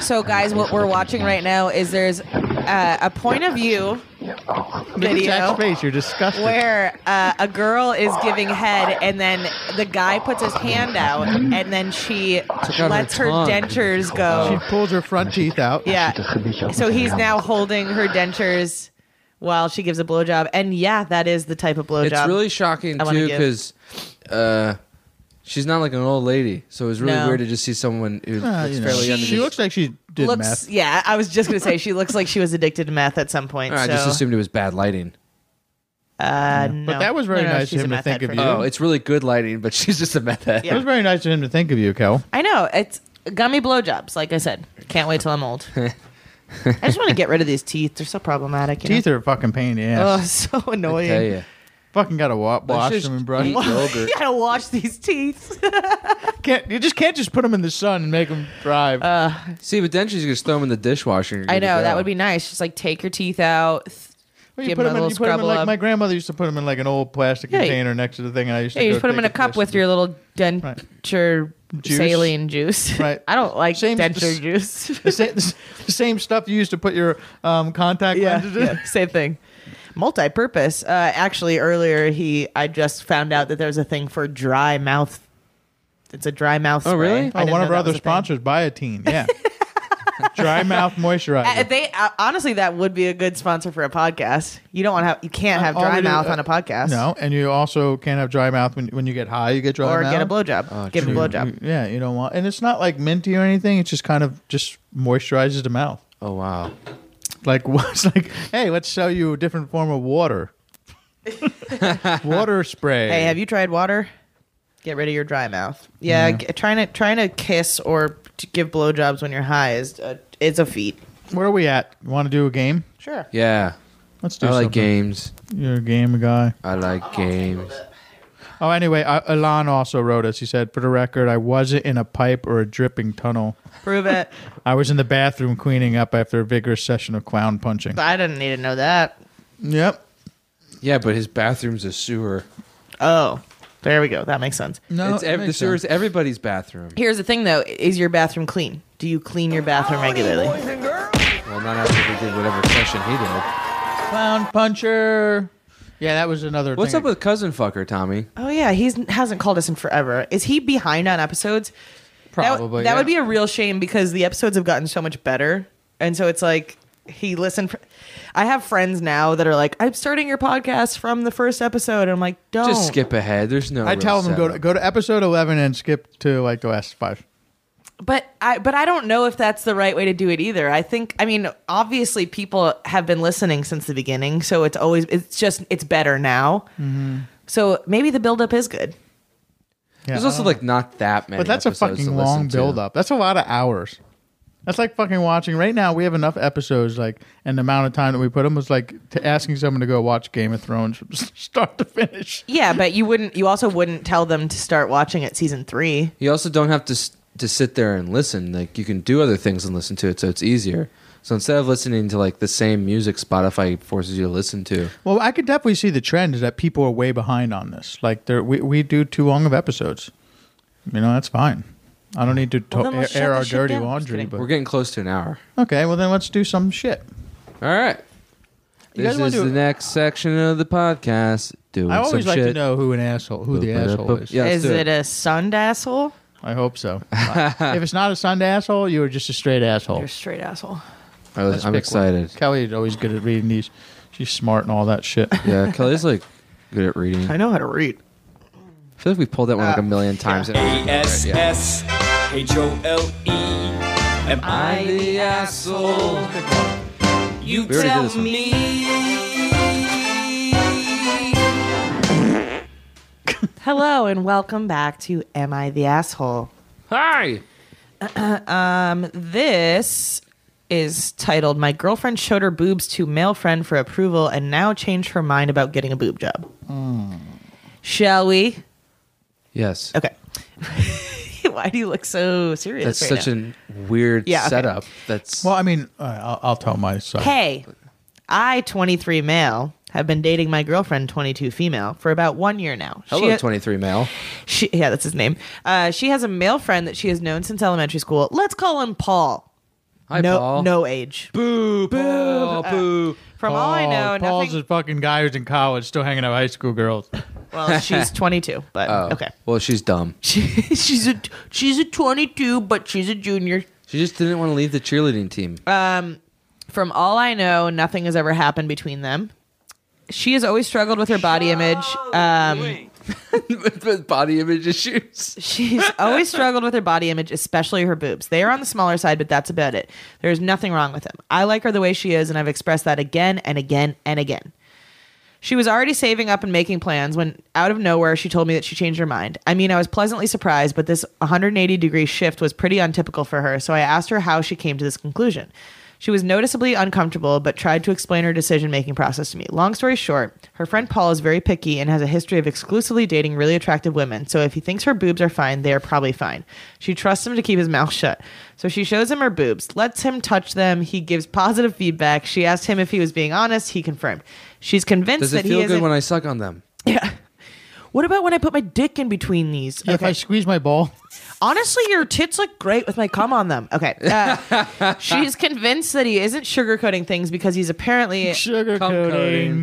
A: So guys, what we're watching right now is there's uh, a point of view
B: Look at
A: video.
B: Jack's face. You're disgusted.
A: where uh, a girl is giving head and then the guy puts his hand out and then she
C: her
A: lets her,
C: tongue.
A: dentures
B: She
A: go.
B: pulls her front teeth out.
A: yeah. So he's now holding her dentures while she gives a blowjob. And yeah, that is the type of blowjob.
C: it's really shocking
A: I wanna
C: too
A: give-
C: because uh, she's not like an old lady, so it was really
A: No.
C: weird to just see someone who
B: Uh,
C: looks
B: you know,
C: fairly young. to
B: she
C: just-
B: looks like she did
A: looks
B: meth.
A: yeah, I was just gonna say she looks like she was addicted to meth at some point.
C: I
A: so,
C: just assumed it was bad lighting.
A: uh, no.
B: But that was very
A: No, no,
B: nice of
A: she's
B: him
A: a
B: to
A: meth
B: think
A: head
B: of
A: for
B: you.
A: sure.
C: Oh, it's really good lighting, but she's just a meth head.
B: It was very nice of him to think of you, Kel.
A: I know. It's gummy blowjobs, like I said. Can't wait till I'm old. I just want to get rid of these teeth. They're so problematic. You know?
B: Teeth are a fucking pain in the
A: Oh,
B: ass.
A: so
C: I
A: annoying.
C: tell you.
B: Fucking gotta wa- wash
C: just
B: them and brush.
C: eat yogurt.
A: you gotta wash these teeth.
B: Can't, you just can't just put them in the sun and make them thrive.
A: Uh,
C: See, but then she's gonna throw them in the dishwasher. and you're
A: I
C: good to
A: know that
C: go.
A: would be nice. Just like take your teeth out. th-
B: Well, you
A: give
B: put
A: them
B: them
A: a
B: in,
A: little
B: you put 'em in,
A: scrubble
B: like
A: up.
B: my grandmother used to put them in like an old plastic
A: Yeah, you-
B: container next to the thing, and I used to.
A: Yeah, you
B: go
A: just put them in a
B: take
A: cup
B: piss
A: with
B: and-
A: your little denture
B: Right. Juice.
A: saline juice.
B: Right.
A: I don't like
B: Same as
A: denture
B: the s-
A: juice.
B: The same, the same stuff you used to put your um, contact
A: yeah,
B: lenses in. Oh,
A: yeah, same thing. Multi-purpose. Uh, actually, earlier he, I just found out that there's a thing for dry mouth. It's a dry mouth.
C: Oh,
A: spray.
C: really?
A: I
B: Oh,
A: didn't
B: one
A: know that
B: of our
A: was
B: other
A: a thing.
B: sponsors, Biotene. Yeah. Dry mouth
A: Uh,
B: moisturizer.
A: they uh, honestly, that would be a good sponsor for a podcast. You don't want to have, you can't have
B: All we
A: dry
B: do-
A: mouth
B: uh,
A: on a podcast.
B: No, and you also can't have dry mouth when, when you get high. You get dry
A: or
B: mouth.
A: get a blowjob. Give a blowjob.
B: You- Yeah, you don't want. And it's not like minty or anything. It's just kind of just moisturizes the mouth.
C: Oh wow.
B: Like what's like? Hey, let's show you a different form of water. water spray.
A: Hey, have you tried water? Get rid of your dry mouth. Yeah, g- trying to trying to kiss or to give blowjobs when you're high is a, is a feat.
B: Where are we at? You want to do a game?
A: Sure.
C: Yeah.
B: Let's do
C: I like
B: something.
C: games.
B: You're a game guy.
C: I like games.
B: Oh, anyway, I, Alan also wrote us. He said, "For the record, I wasn't in a pipe or a dripping tunnel.
A: Prove it.
B: I was in the bathroom cleaning up after a vigorous session of clown punching."
A: I didn't need to know that.
B: Yep.
C: Yeah, but his bathroom's a sewer.
A: Oh, there we go. That makes sense.
B: No,
C: it's
B: Oh, it
C: ev- the
B: makes
C: sewer's
B: sense.
C: everybody's bathroom.
A: Here's the thing, though: is your bathroom clean? Do you clean your bathroom regularly?
C: Well, not after he did whatever session he did.
B: Clown puncher. Yeah, that was another.
C: What's
B: thing.
C: up with cousin fucker, Tommy?
A: Oh yeah, he's hasn't called us in forever. Is he behind on episodes? That-
B: probably?
A: That, would be
B: yeah.
A: a real shame because the episodes have gotten so much better. And so it's like he listened. For, I have friends now that are like, I'm starting your podcast from the first episode. And I'm like, don't.
C: Just skip ahead. There's no.
B: I
C: real
B: tell them go to,
C: setup.
B: go to episode eleven and skip to like the last five.
A: But I, but I don't know if that's the right way to do it either. I think, I mean, obviously people have been listening since the beginning. So it's always, it's just, it's better now. So maybe the buildup is good.
B: Yeah.
C: There's also like not that many.
B: but that's a
C: episodes to
B: fucking
C: listen
B: long
C: to.
B: build up. That's a lot of hours. That's like fucking watching. Right now, we have enough episodes. Like, and the amount of time that we put them was like to asking someone to go watch Game of Thrones from start to finish.
A: Yeah. But you wouldn't, you also wouldn't tell them to start watching at season three.
C: You also don't have to s- to sit there and listen. Like you can do other things and listen to it, so it's easier. So instead of listening to like the same music Spotify forces you to listen to,
B: Well, I could definitely see the trend is that people are way behind on this. Like, they're, we we do too long of episodes. You know, that's fine. I don't need to, to-
A: Well, then we'll
B: air,
A: shut
B: air
A: the
B: our
A: shit
B: dirty
A: down. Just
B: laundry.
A: kidding.
B: But
C: we're getting close to an hour.
B: okay, well then let's do some shit.
C: All right.
B: You
C: This
B: guys wanna
C: is
B: do
C: the
B: it?
C: next section of the podcast. Doing
B: I always
C: some
B: like to
C: shit.
B: know who an asshole, who the asshole is.
C: Yeah, let's
A: is
C: do
A: it a sunned asshole?
B: I hope so. Uh, if it's not a Sunday asshole, you are just a straight asshole.
A: You're a straight asshole.
C: I was-
B: Let's
C: I'm
B: pick one.
C: excited.
B: Kelly's always good at reading these. She's smart and all that shit.
C: yeah, Kelly's like good at reading.
A: I
C: I
A: know how to read.
C: feel like we pulled that one like a million times.
H: A S S H O L E. Am I the asshole? You
C: We already did
H: tell
C: this one.
H: me.
A: Hello and welcome back to Am I the Asshole?
C: Hi.
A: This is titled My Girlfriend Showed Her Boobs to Male Friend for Approval and Now Changed Her Mind About Getting a Boob Job.
C: Hmm.
A: Shall we?
C: Yes.
A: Okay. Why do you look so serious?
C: That's
A: right
C: such
A: now?
C: a weird
A: Yeah, okay.
C: setup. That's
B: Well, I mean, all right, I'll, I'll tell my side.
A: Hey, I, 23 male, have been dating my girlfriend, 22 female, for about one year now.
C: hello,
A: She-
C: 23 male.
A: She, yeah, that's his name. Uh, she has a male friend that she has known since elementary school. Let's call him Paul.
C: Hi,
A: no,
C: Paul.
A: no Uh, age.
C: Boo, Paul, boo.
A: From all I know,
B: Oh, Paul's
A: nothing.
B: a fucking guy who's in college still hanging out with high school girls.
A: well, she's 22, but
C: Oh.
A: okay.
C: Well, she's dumb.
A: She, she's a she's a 22, but she's a junior.
C: She just didn't want to leave the cheerleading team.
A: From all I know, nothing has ever happened between them. She has always struggled with her body image. Um,
C: with, with body image issues.
A: She's always struggled with her body image, especially her boobs. They are on the smaller side, but that's about it. There's nothing wrong with them. I like her the way she is, and I've expressed that again and again and again. She was already saving up and making plans when, out of nowhere, she told me that she changed her mind. I mean, I was pleasantly surprised, but this 180 degree shift was pretty untypical for her, so I asked her how she came to this conclusion. She was noticeably uncomfortable, but tried to explain her decision making process to me. Long story short, her friend Paul is very picky and has a history of exclusively dating really attractive women, so if he thinks her boobs are fine, they are probably fine. She trusts him to keep his mouth shut. So she shows him her boobs, lets him touch them, he gives positive feedback. She asked him if he was being honest, he confirmed. She's convinced
C: Does
A: that
C: it feel
A: he
C: good
A: isn't.
C: when I suck on them?
A: What about when I put my dick in between these?
B: If I squeeze my ball,
A: Honestly, your tits look great with my cum on them. Okay. Uh, she's convinced that he isn't sugarcoating things because he's apparently.
B: sugar coating.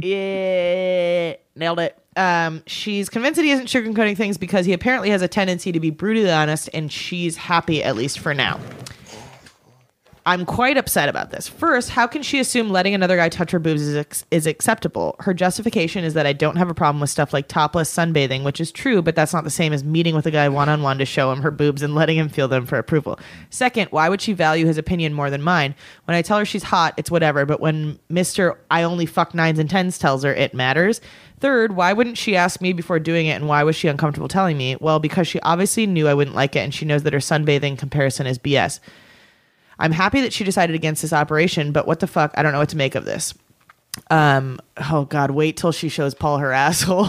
A: Yeah. Nailed it. Um, she's convinced that he isn't sugarcoating things because he apparently has a tendency to be brutally honest, and she's happy, at least for now. I'm quite upset about this. First, how can she assume letting another guy touch her boobs is, ex- is acceptable? Her justification is that I don't have a problem with stuff like topless sunbathing, which is true, but that's not the same as meeting with a guy one on one to show him her boobs and letting him feel them for approval. Second, why would she value his opinion more than mine? When I tell her she's hot, it's whatever, but when Mr. I only fuck nines and tens tells her it matters. Third, why wouldn't she ask me before doing it and why was she uncomfortable telling me? Well, because she obviously knew I wouldn't like it and she knows that her sunbathing comparison is BS. I'm happy that she decided against this operation, but what the fuck? I don't know what to make of this. Um, oh God, wait till she shows Paul her asshole.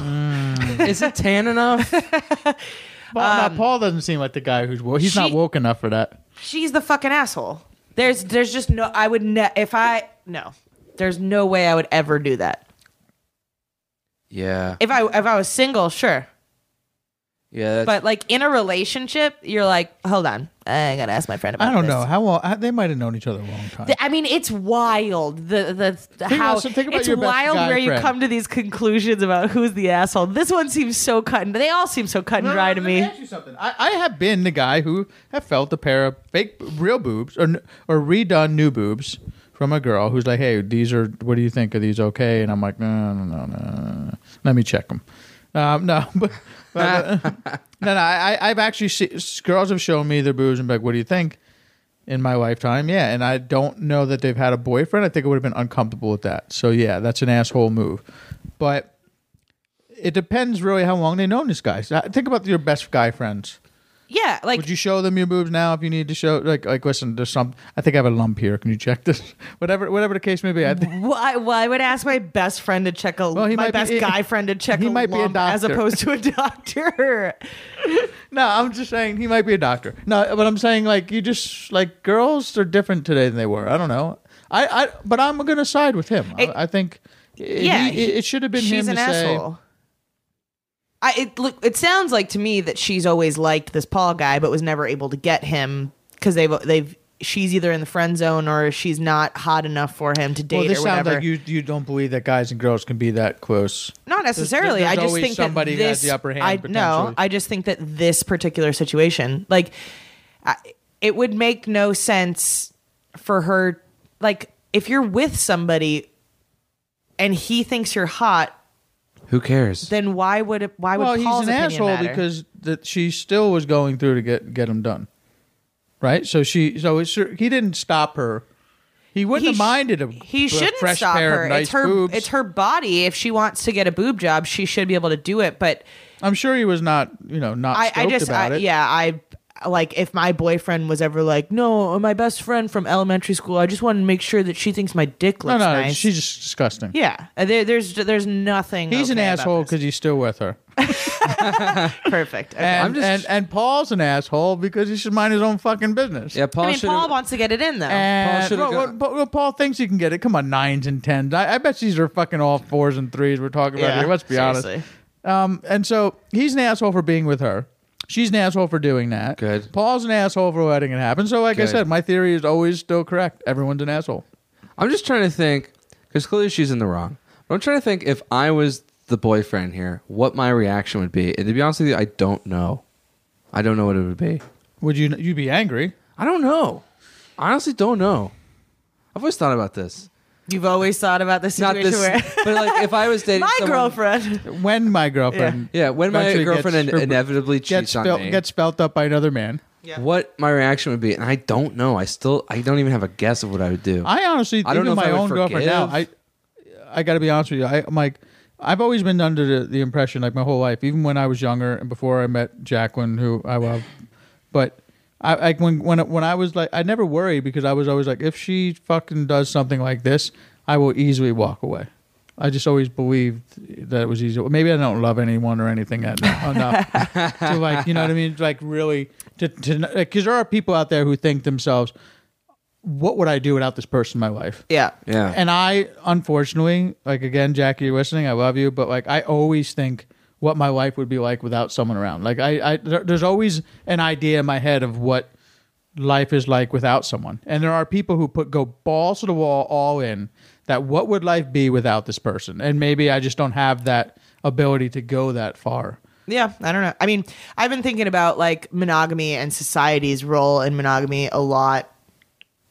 C: Is it tan enough?
B: Paul, no, Paul doesn't seem like the guy who's wo- he's not
A: Um, she-
B: woke enough for that.
A: She's the fucking asshole. There's there's just no I would ne- if I no. There's no way I would ever do that.
C: yeah.
A: If I if I was single, sure.
C: Yeah. That's,
A: But like in a relationship, you're like, hold on, I gotta ask my friend about.
B: I don't
A: this.
B: know how long how- they might have known each other a long time.
A: Th- I mean, it's wild. The the how
B: about- so think about
A: it's
B: your best
A: wild
B: guy
A: where you
B: friend.
A: come to these conclusions about who's the asshole. This one seems so cut and they all seem so cut and dry to
B: Let
A: me.
B: ask you something. I, I have been the guy who have felt a pair of fake real boobs or n- or redone new boobs from a girl who's like, "Hey, these are. What do you think? Are these okay?" And I'm like, "No, no, no, no. no. Let me check them." Um, no, but, but- uh, no, no. I, I- I've actually see, girls have shown me their boobs and be like, "What do you think?" In my lifetime, yeah, and I don't know that they've had a boyfriend. I think I would have been uncomfortable with that. So yeah, that's an asshole move, but it depends really how long they've known this guy. So, think about your best guy friends.
A: Yeah, like
B: Would you show them your boobs now if you need to show? Like, like listen, there's some. I think I have a lump here. Can you check this? Whatever, whatever the case may be. I think
A: Why? Well, I would ask my best friend to check a
B: he
A: my
B: might be-
A: best guy friend to check
B: he
A: a
B: might be a
A: lump as
B: doctor.
A: opposed to a doctor.
B: no. I'm just saying he might be a doctor. No, but I'm saying like you just like girls are different today than they were. I don't know. I, I but I'm gonna side with him.
A: It-
B: I, I think.
A: yeah,
B: Yeah,
A: he-
B: it, should have been
A: she's
B: him
A: an
B: to say.
A: asshole. I it look it sounds like to me that she's always liked this Paul guy but was never able to get him cuz they've they've she's either in the friend zone or she's not hot enough for him to date
B: Well, this
A: or
B: sounds
A: whatever.
B: like you you don't believe that guys and girls can be that close.
A: Not necessarily.
B: there's
A: I just
B: always
A: think
B: somebody
A: that this,
B: who has the upper hand,
A: I, no,
B: potentially.
A: I just think that this particular situation, like, I, it would make no sense for her. Like, if you're with somebody and he thinks you're hot,
C: who cares?
A: then why would it, why would
B: well,
A: Paul's
B: he's an
A: opinion
B: asshole
A: matter?
B: because that she still was going through to get get him done, right? So she, so it's, he didn't stop her. He wouldn't
A: He
B: have
A: sh-
B: minded him.
A: He shouldn't
B: fresh
A: stop
B: pair
A: her.
B: Of nice
A: it's her.
B: boobs.
A: It's her body. If she wants to get a boob job, she should be able to do it. But
B: I'm sure he was not, you know, not
A: I,
B: stoked
A: I just,
B: about
A: I,
B: it.
A: yeah, I like if my boyfriend was ever like, no, my best friend from elementary school, I just want to make sure that she thinks my dick
B: no,
A: looks
B: no,
A: nice.
B: she's just disgusting.
A: yeah, Uh, there, there's there's nothing.
B: He's an
A: okay about
B: asshole
A: this.
B: because he's still with her,
A: perfect. Okay.
B: and,
C: I'm just-
B: and and Paul's an asshole because he should mind his own fucking business.
C: yeah, Paul
A: I mean,
C: should.
A: Paul wants to get it in though.
B: And
C: should've
B: well,
C: gone-
B: well, Paul, well, Paul thinks he can get it. Come on, nines and tens. I, I bet these are fucking all fours and threes we're talking about
A: Yeah,
B: here. Let's be
A: seriously.
B: honest. Um, and so he's an asshole for being with her. She's an asshole for doing that.
C: Good.
B: Paul's an asshole for letting it happen. So, like I
C: Good.
B: said, my theory is always still correct. Everyone's an asshole.
C: I'm just trying to think because clearly she's in the wrong. But I'm trying to think if I was the boyfriend here, what my reaction would be. And to be honest with you, I don't know. I don't know what it would be.
B: Would you you be angry?
C: I don't know. I honestly don't know. I've always thought about this.
A: You've always thought about this
C: Not
A: situation
C: this, but like if I was
A: where
C: dating
A: my
C: someone-
A: girlfriend.
B: When my girlfriend,
C: Yeah, when my
B: eventually
C: girlfriend
B: gets-
C: in- inevitably
B: gets
C: cheats on
B: spelt-
C: me.
B: gets spelt up by another man.
C: what my reaction would be, and I don't know. I still, I don't even have a guess of what I would do.
B: I honestly think
C: I don't know
B: of
C: if
B: my
C: I would
B: own girlfriend now. I
C: forgive.
B: I got to be honest with you. I, I'm like I've always been under the, the impression like my whole life, even when I was younger and before I met Jacqueline, who I love. But I like when when when I was like I never worried because I was always like if she fucking does something like this, I will easily walk away. I just always believed that it was easy. Maybe I don't love anyone or anything that enough to like, you know what I mean? Like really, to to like, because there are people out there who think themselves, what would I do without this person in my life?
A: Yeah.
C: yeah,
B: And I, unfortunately, like again, Jackie, you're listening. I love you, but like I always think what my life would be like without someone around. Like I, I there- there's always an idea in my head of what life is like without someone. And there are people who put go balls to the wall, all in. That what would life be without this person? And maybe I just don't have that ability to go that far.
A: Yeah, I don't know. I mean, I've been thinking about like monogamy and society's role in monogamy a lot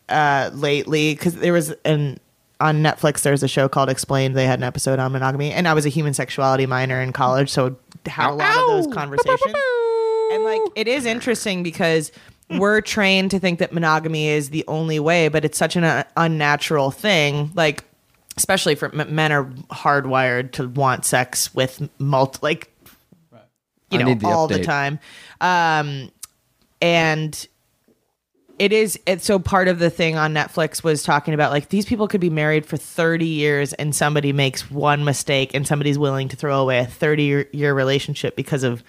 A: uh, lately because there was an on Netflix. There's a show called Explained. They had an episode on monogamy, and I was a human sexuality minor in college, so had a lot of those conversations. And like, it is interesting because we're trained to think that monogamy is the only way, but it's such an uh, unnatural thing. Like, especially for m- men are hardwired to want sex with multi, like, you
C: I
A: know,
C: need the
A: all the
C: update.
A: time. Um, and it is it's so part of the thing on Netflix was talking about like these people could be married for 30 years and somebody makes one mistake and somebody's willing to throw away a 30 year, year relationship because of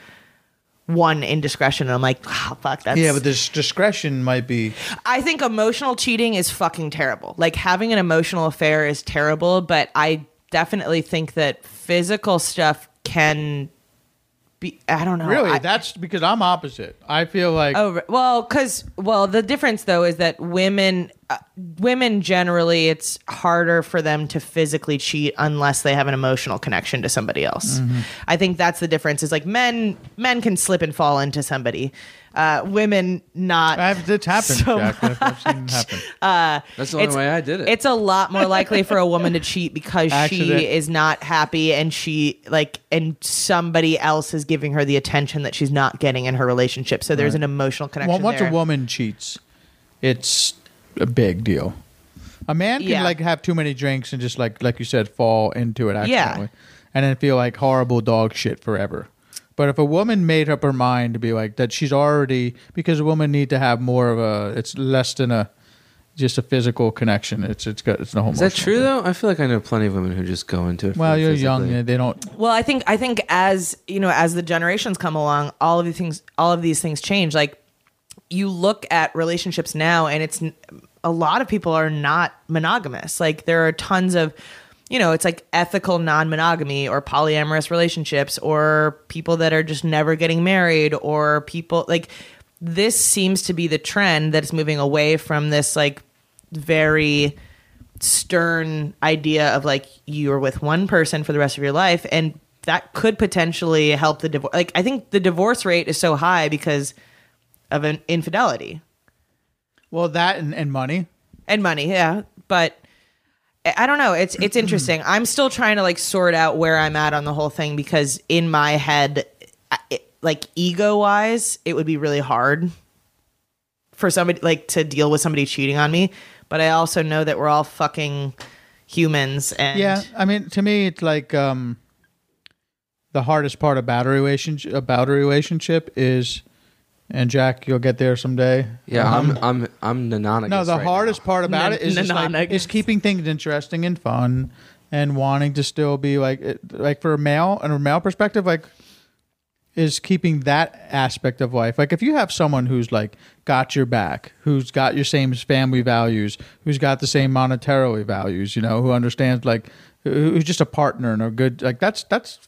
A: one indiscretion and I'm like oh, fuck that's
B: Yeah, but this discretion might be.
A: I think emotional cheating is fucking terrible. Like having an emotional affair is terrible, but I definitely think that physical stuff can be I don't know.
B: Really,
A: I-
B: that's because I'm opposite. I feel like
A: Oh re- well, because well, the difference though is that women, uh, women generally, it's harder for them to physically cheat unless they have an emotional connection to somebody else.
C: Mm-hmm.
A: I think that's the difference. Is like men, men can slip and fall into somebody. Uh, women not.
B: I've, it's happened,
A: So
B: Jack. I've, I've seen it happen.
C: That's the only way I did it.
A: It's a lot more likely for a woman to cheat because
B: Accident.
A: she is not happy and she like and somebody else is giving her the attention that she's not getting in her relationship. So there's an emotional connection.
B: Well, once
A: there.
B: a woman cheats, it's a big deal. A man can
A: Yeah.
B: like have too many drinks and just like like you said, fall into it accidentally,
A: Yeah.
B: and then feel like horrible dog shit forever. But if a woman made up her mind to be like that, she's already because women need to have more of a. It's less than a just a physical connection. It's it's got it's no.
C: Is that true though? I feel like I know plenty of women who just go into it.
B: Well,
C: for
B: you're young.
C: physically.
B: and They don't.
A: Well, I think I think as you know, as the generations come along, all of the things, all of these things change. Like you look at relationships now, and it's n- a lot of people are not monogamous. Like there are tons of, you know, it's like ethical non-monogamy or polyamorous relationships, or people that are just never getting married, or people like this seems to be the trend that is moving away from this like very stern idea of like you're with one person for the rest of your life and that could potentially help the divorce like i think the divorce rate is so high because of an infidelity
B: Well, that and, and money.
A: and money yeah but I- i don't know it's it's interesting i'm still trying to like sort out where i'm at on the whole thing because in my head I- it, like ego wise it would be really hard for somebody like to deal with somebody cheating on me but i also know that we're all fucking humans and
B: Yeah, I mean, to me, it's like um, the hardest part about a relationship. About a uh, relationship is, and Jack, you'll get there someday.
C: Yeah, I'm I'm I'm nanonic.
B: No, the
C: right
B: hardest part
A: Nan-
B: about it is just like,
A: nanonic.
B: is keeping things interesting and fun, and wanting to still be like it- like for a male and a male perspective, like is keeping that aspect of life. Like if you have someone who's like got your back, who's got your same family values, who's got the same monetarily values, you know, who understands like who- who's just a partner and a good like that's that's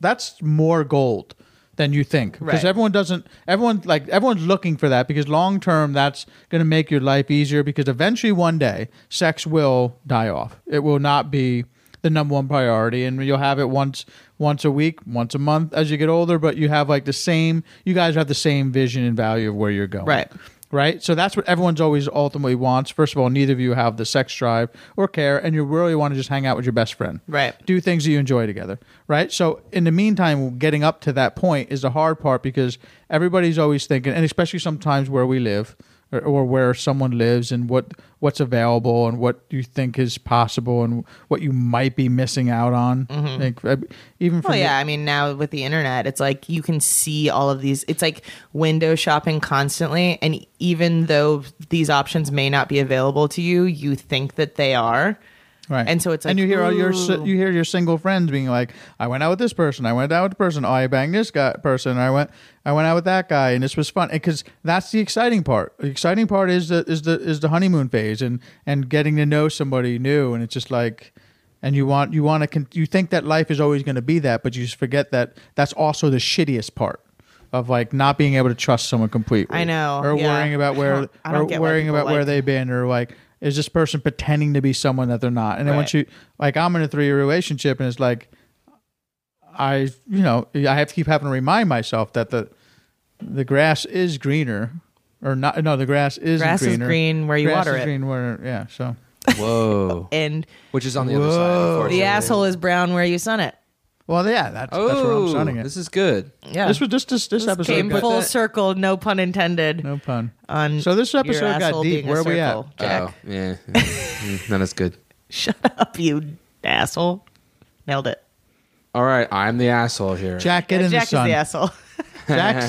B: that's more gold than you think
A: Right.
B: because everyone doesn't everyone like everyone's looking for that because long term that's going to make your life easier because eventually one day sex will die off it will not be the number one priority and you'll have it once once a week once a month as you get older but you have like the same you guys have the same vision and value of where you're going
A: Right.
B: right so that's what everyone's always ultimately wants first of all neither of you have the sex drive or care and you really want to just hang out with your best friend
A: Right.
B: do things that you enjoy together right so in the meantime getting up to that point is the hard part because everybody's always thinking and especially sometimes where we live or, or where someone lives and what what's available and what you think is possible and what you might be missing out on Like, I- even
A: Mm-hmm.
B: for
A: Well, yeah. I mean, now with the internet, it's like you can see all of these. It's like window shopping constantly. And even though these options may not be available to you, you think that they are.
B: Right.
A: And so it's
B: and
A: like,
B: you hear all your s-
A: ooh.
B: you hear your single friends being like, I went out with this person, I went out with the person, oh, I banged this guy person, I went I went out with that guy, and this was fun because that's the exciting part. The exciting part is the is the is the honeymoon phase and and getting to know somebody new, and it's just like. And you want you want to con- you think that life is always going to be that, but you just forget that that's also the shittiest part of like not being able to trust someone completely.
A: I know,
B: or
A: yeah.
B: worrying about
A: I
B: where
A: don't- I don't
B: or
A: get why
B: worrying
A: people
B: about where
A: like
B: they been or like is this person pretending to be someone that they're not and then once
A: Right.
B: you like i'm in a three-year relationship and it's like i you know i have to keep having to remind myself that the the grass is greener or not? No, the grass is
A: Grass is
B: greener.
A: green where you
B: Grass
A: water
B: is
A: it.
B: Green where, yeah. So
C: Whoa.
A: and
C: Which is on the other side. unfortunately.
A: the asshole is brown where you sun it.
B: well, yeah, that's that's where I'm
C: Oh,
B: signing it.
C: this is good.
A: Yeah.
B: This was just this this, episode
A: came
B: got-
A: full circle, no pun intended.
B: No pun.
A: On
B: So this
A: your
B: episode got
A: asshole
B: deep.
A: being a
B: Where are we at?
A: circle, Jack.
C: Oh, yeah. Mm, Not as good.
A: Shut up, you asshole. Nailed it.
C: All right, I'm the asshole here.
B: Jack, get in
A: Jack
B: the sun.
A: is the asshole.
B: Jack's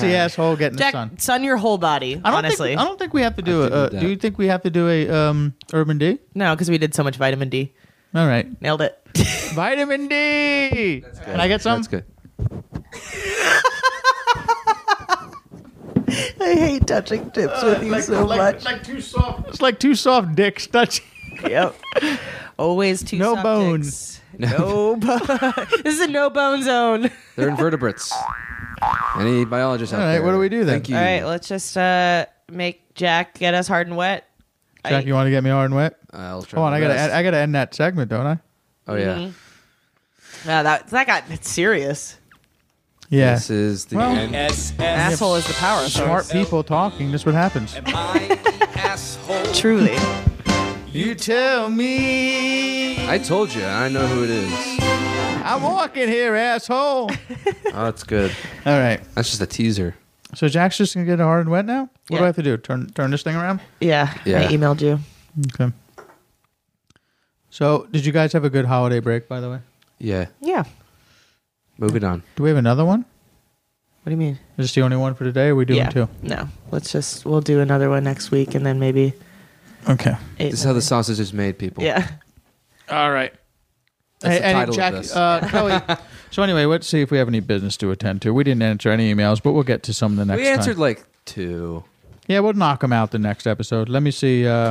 B: the asshole. Get in
A: Jack,
B: the sun.
A: sun. your whole body,
B: I don't
A: honestly.
B: think I don't think we have to do
C: I
B: a.
C: didn't
B: Uh,
C: do
B: do
C: that.
B: you think we have to do a um Urban D?
A: no, because we did so much vitamin D.
B: All right,
A: Nailed it.
B: vitamin D. Can I get some?
C: That's good.
A: I hate touching tips with you so much.
B: like too soft. It's like two soft dicks touching.
A: yep. Always two
B: No
A: soft
B: bone.
A: dicks. No bone. this is a no bone zone.
C: They're invertebrates. Any biologists out
B: All right,
C: there?
B: what do we do then?
C: Thank you.
A: All right, let's just uh, make Jack get us hard and wet.
B: Jack, you want to get me hard and wet?
C: I'll try.
B: Hold on,
C: my
B: I gotta
C: best.
B: I gotta end that segment, don't I?
C: Oh yeah.
A: Mm-hmm. No, that that got serious.
B: Yeah.
C: This is the
B: Well-
C: end.
H: S-S.
A: Asshole is the power.
B: Smart
A: source.
B: people talking. This is what happens.
H: I the asshole.
A: Truly.
B: You tell me.
C: I told you. I know who it is.
B: I'm walking here, asshole. All
C: Oh, that's good.
B: right.
C: That's just a teaser.
B: So Jack's just gonna get hard and wet now. What do
A: Yeah.
B: I have to do? Turn turn this thing around.
A: Yeah,
C: Yeah.
A: I emailed you.
B: Okay. So, did you guys have a good holiday break, by the way?
C: Yeah.
A: Yeah.
C: Moving on.
B: Do we have another one?
A: What do you mean?
B: Is this the only one for today? Or are we doing
A: yeah.
B: two?
A: No. Let's just we'll do another one next week and then maybe
B: Okay.
A: eight.
C: This is how the sausage is made, people.
A: yeah.
B: All right.
C: That's the
B: and
C: title of
B: Jack,
C: this.
B: Uh, Kelly. so anyway, let's see if we have any business to attend to. We didn't answer any emails, but we'll get to some the next.
C: We answered
B: Time.
C: like two.
B: Yeah, we'll knock them out the next episode. Let me see uh,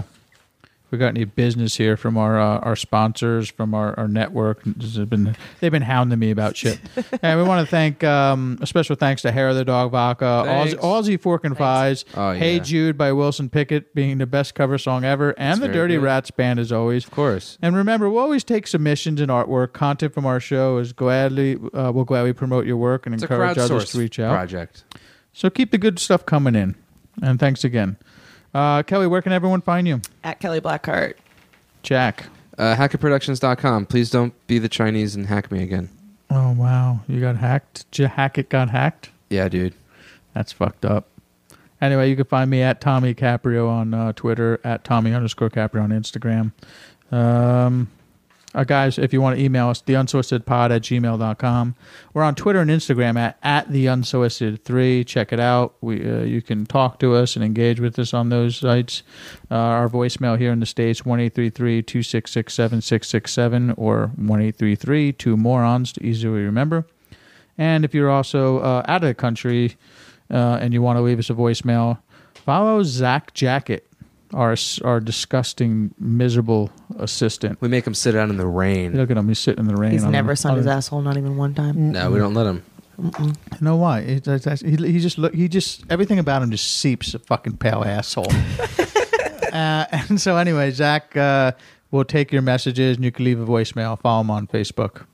B: if we got any business here from our uh, our sponsors from our, our network. This has been they've been hounding me about shit. and we want to thank um, a special thanks to Hair of the Dog Vodka,
C: Thanks.
B: Aussie, Aussie Fork and Fries,
C: Oh,
B: Hey
C: yeah.
B: Jude by Wilson Pickett being the best cover song ever, and the
C: very
B: Dirty
C: good.
B: Rats band as always.
C: Of course.
B: And remember, we'll always take submissions and artwork. Content from our show is gladly uh, we'll gladly promote your work and
C: It's a
B: encourage others
C: crowdsourced
B: to reach out.
C: project.
B: So keep the good stuff coming in. And thanks again, uh, Kelly. Where can everyone find you?
A: At Kelly Blackheart.
B: Jack.
C: Uh, hackerproductions.com. Please don't be the Chinese and hack me again.
B: Oh wow, you got hacked. J- Hackett got hacked.
C: Yeah, dude.
B: That's fucked up. Anyway, you can find me at Tommy Caprio on uh, Twitter, at Tommy underscore Caprio on Instagram. Um, uh, guys, if you want to email us, theunsolicitedpod at gmail.com. We're on Twitter and Instagram at, at theunsolicited3. Check it out. We uh, You can talk to us and engage with us on those sites. Uh, our voicemail here in the States, 1 266 7667 or 1 833 2 morons to easily remember. And if you're also uh, out of the country uh, and you want to leave us a voicemail, follow Zach Jacket, our our disgusting, miserable assistant.
C: We make them sit out in the rain.
B: Look at him; he's sitting in the rain.
A: He's
B: on
A: never
B: the-
A: sunned
B: on
A: his
B: the-
A: asshole, not even one time.
C: No, we don't let them.
B: You know why? He, that's- that's- he, he just look. He just everything about him just seeps a fucking pale asshole. uh, and so, anyway, Zach uh, will take your messages, and you can leave a voicemail. Follow him on Facebook,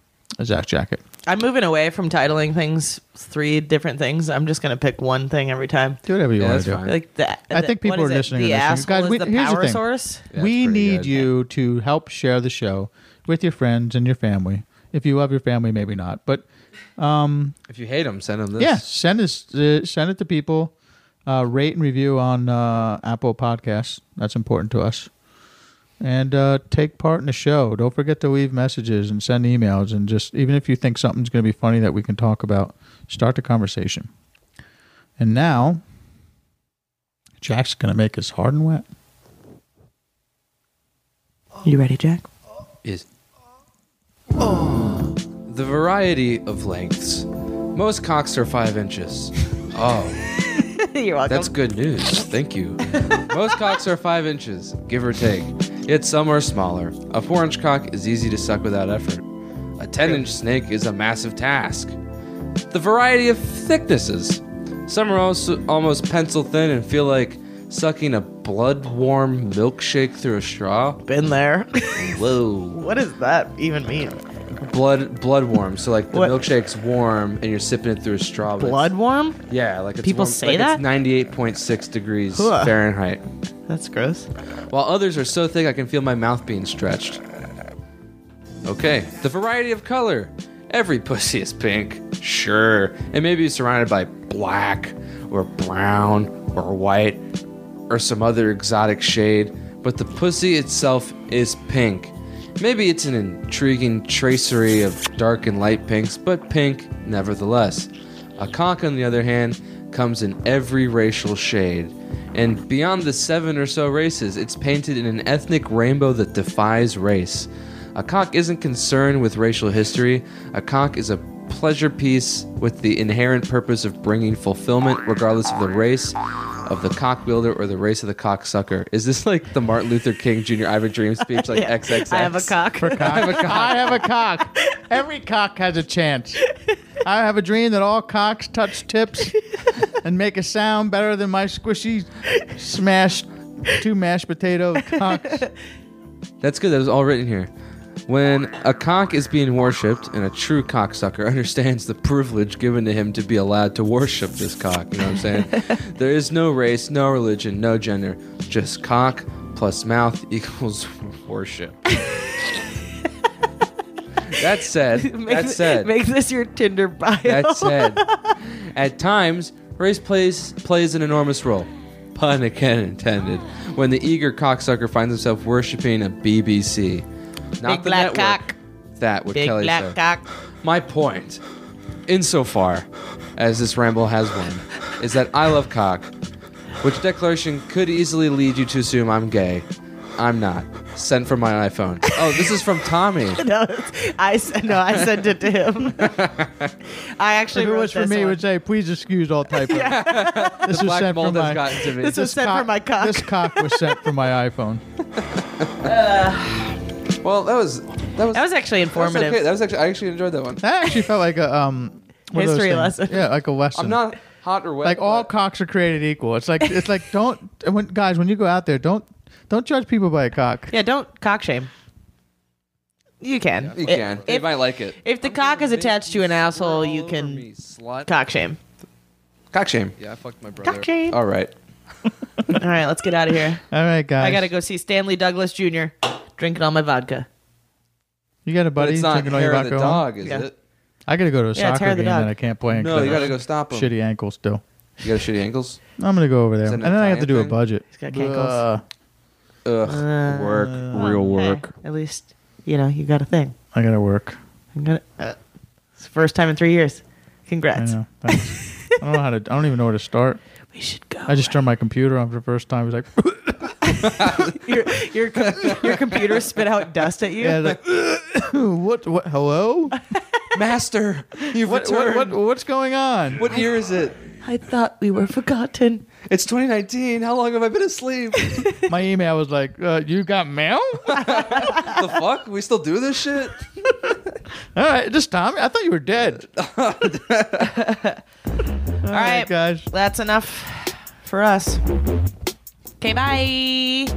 B: Zach Jacket.
A: I'm moving away from titling things three different things. I'm just gonna pick one thing every time.
B: Do whatever you
C: Yeah,
B: want
C: that's
B: to do.
C: fine.
A: Like the,
B: I
A: the-
B: think people
A: what is
B: are
A: it?
B: listening to
A: The
B: this thing.
A: asshole
B: Guys,
A: is
B: we-
A: the
B: here's the
A: power
B: thing.
A: source.
C: That's
B: we
C: pretty
B: need
C: good.
B: you to help share the show with your friends and your family. If you love your family, maybe not, but
C: If you hate them, send them this.
B: yeah, send us uh, send it to people. Uh, rate and review on uh, Apple Podcasts. That's important to us. And uh, take part in the show. Don't forget to leave messages and send emails. And just even if you think something's going to be funny that we can talk about, start the conversation. And now, Jack's going to make us hard and wet.
A: You ready, Jack?
C: is the variety of lengths. Most cocks are five inches. Oh,
A: You're welcome.
C: that's good news. Thank you. Most cocks are five inches, give or take. Yet some are smaller. A four inch cock is easy to suck without effort. A 10 inch snake is a massive task. The variety of thicknesses. Some are also almost pencil thin and feel like sucking a blood warm milkshake through a straw.
A: Been there.
C: Whoa.
A: what does that even mean?
C: blood blood warm. So like the
A: What?
C: milkshake's warm and you're sipping it through a straw. but it's-
A: Blood warm?
C: Yeah, like it's
A: People
C: warm-
A: say that?
C: like it's 98.6 degrees
A: Huh.
C: Fahrenheit.
A: That's gross.
C: While others are so thick I can feel my mouth being stretched. Okay, the variety of color. Every pussy is pink, sure, and maybe surrounded by black or brown or white or some other exotic shade, but the pussy itself is pink. Maybe it's an intriguing tracery of dark and light pinks, but pink nevertheless. A cock, on the other hand, comes in every racial shade. And beyond the seven or so races, it's painted in an ethnic rainbow that defies race. A cock isn't concerned with racial history, a cock is a pleasure piece with the inherent purpose of bringing fulfillment regardless of the race of the cock builder or the race of the cocksucker. Is this like the Martin Luther King Jr. I have a dream speech like
A: Yeah.
C: XXX?
A: I have a cock.
C: I have a cock.
B: I have a cock. Every cock has a chance. I have a dream that all cocks touch tips and make a sound better than my squishy, smashed, two mashed potato cocks.
C: That's good. That was all written here. When a cock is being worshipped, and a true cocksucker understands the privilege given to him to be allowed to worship this cock, you know what I'm saying? there is no race, no religion, no gender, just cock plus mouth equals worship. that said, that
A: thi-
C: said,
A: make this your Tinder bio.
C: that said, at times, race plays plays an enormous role. Pun again intended. When the eager cocksucker finds himself worshiping a BBC, not
A: Big
C: the
A: black
C: network.
A: cock.
C: That with
A: Big
C: Kelly
A: black
C: said.
A: cock.
C: My point, insofar as this ramble has one, is that I love cock, which declaration could easily lead you to assume I'm gay. I'm not. Sent from my iPhone. Oh, this is from Tommy.
A: No, it's- I s- no, I sent it to him. I actually
B: If it
A: wrote
B: was for
A: this
B: me, it
A: one.
B: would say, please excuse all typos. This was
C: Black
B: sent from
C: mold has
B: my.
C: gotten to me.
A: This was sent from my cock.
B: This cock was sent from my iPhone.
C: well, that was that was
A: that was actually
C: That's
A: informative.
C: okay. That was actually I actually enjoyed that one.
B: That actually felt like a um one of those
A: History
B: things.
A: lesson.
B: Yeah, like a lesson.
C: I'm not hot or wet.
B: like all
C: but
B: cocks are created equal. It's like it's like don't when guys when you go out there don't don't judge people by a cock.
A: Yeah, don't cock shame. You can.
C: you
A: I-
C: can. They
A: If,
C: might like it.
A: if the cock is attached to an asshole, you can
C: slut.
A: cock shame.
C: cock shame. Yeah, I fucked my brother.
A: Cock shame.
C: All right.
A: All right, let's get out of here.
B: All right, guys.
A: I gotta go see Stanley Douglas Jr. drinking all my vodka.
B: You got a
C: But
B: buddy
C: it's not
B: drinking all your
C: hair of the
B: vodka alone?
C: dog, is
A: Yeah.
C: it?
B: I gotta go to a
A: Yeah, it's hair
B: soccer
A: of the
B: game and
A: dog.
B: I can't play.
C: No, you gotta
B: to
C: go stop him.
B: Shitty ankle still.
C: You got shitty ankles.
B: I'm gonna go over there,
C: Is that
B: and
C: an
B: then I have
C: Italian
B: to do a
C: thing?
B: budget.
A: He's got cankles.
B: Ugh,
C: Ugh.
A: Uh,
C: work. Real work.
A: Hey, at least you know you got a thing.
B: I gotta work.
A: I'm gonna. Uh, it's the first time in three years.
B: I
A: Congrats.
B: know. Thanks. I don't know how to. I don't even know where to start.
A: We should go.
B: I just turned my computer on for the first time. It was like,
A: your your com- your computer spit out dust at you.
B: yeah, like what? What? Hello?
C: Master, you've
B: What, what? What?
C: returned.
B: What's going on?
C: What year is it?
A: I thought we were forgotten.
C: It's 2019. How long have I been asleep?
B: My email was like, uh, you got mail? All
C: the fuck? We still do this shit?
B: right, just Tommy. I thought you were dead.
A: All right,
B: guys.
A: that's enough for us. Okay, bye.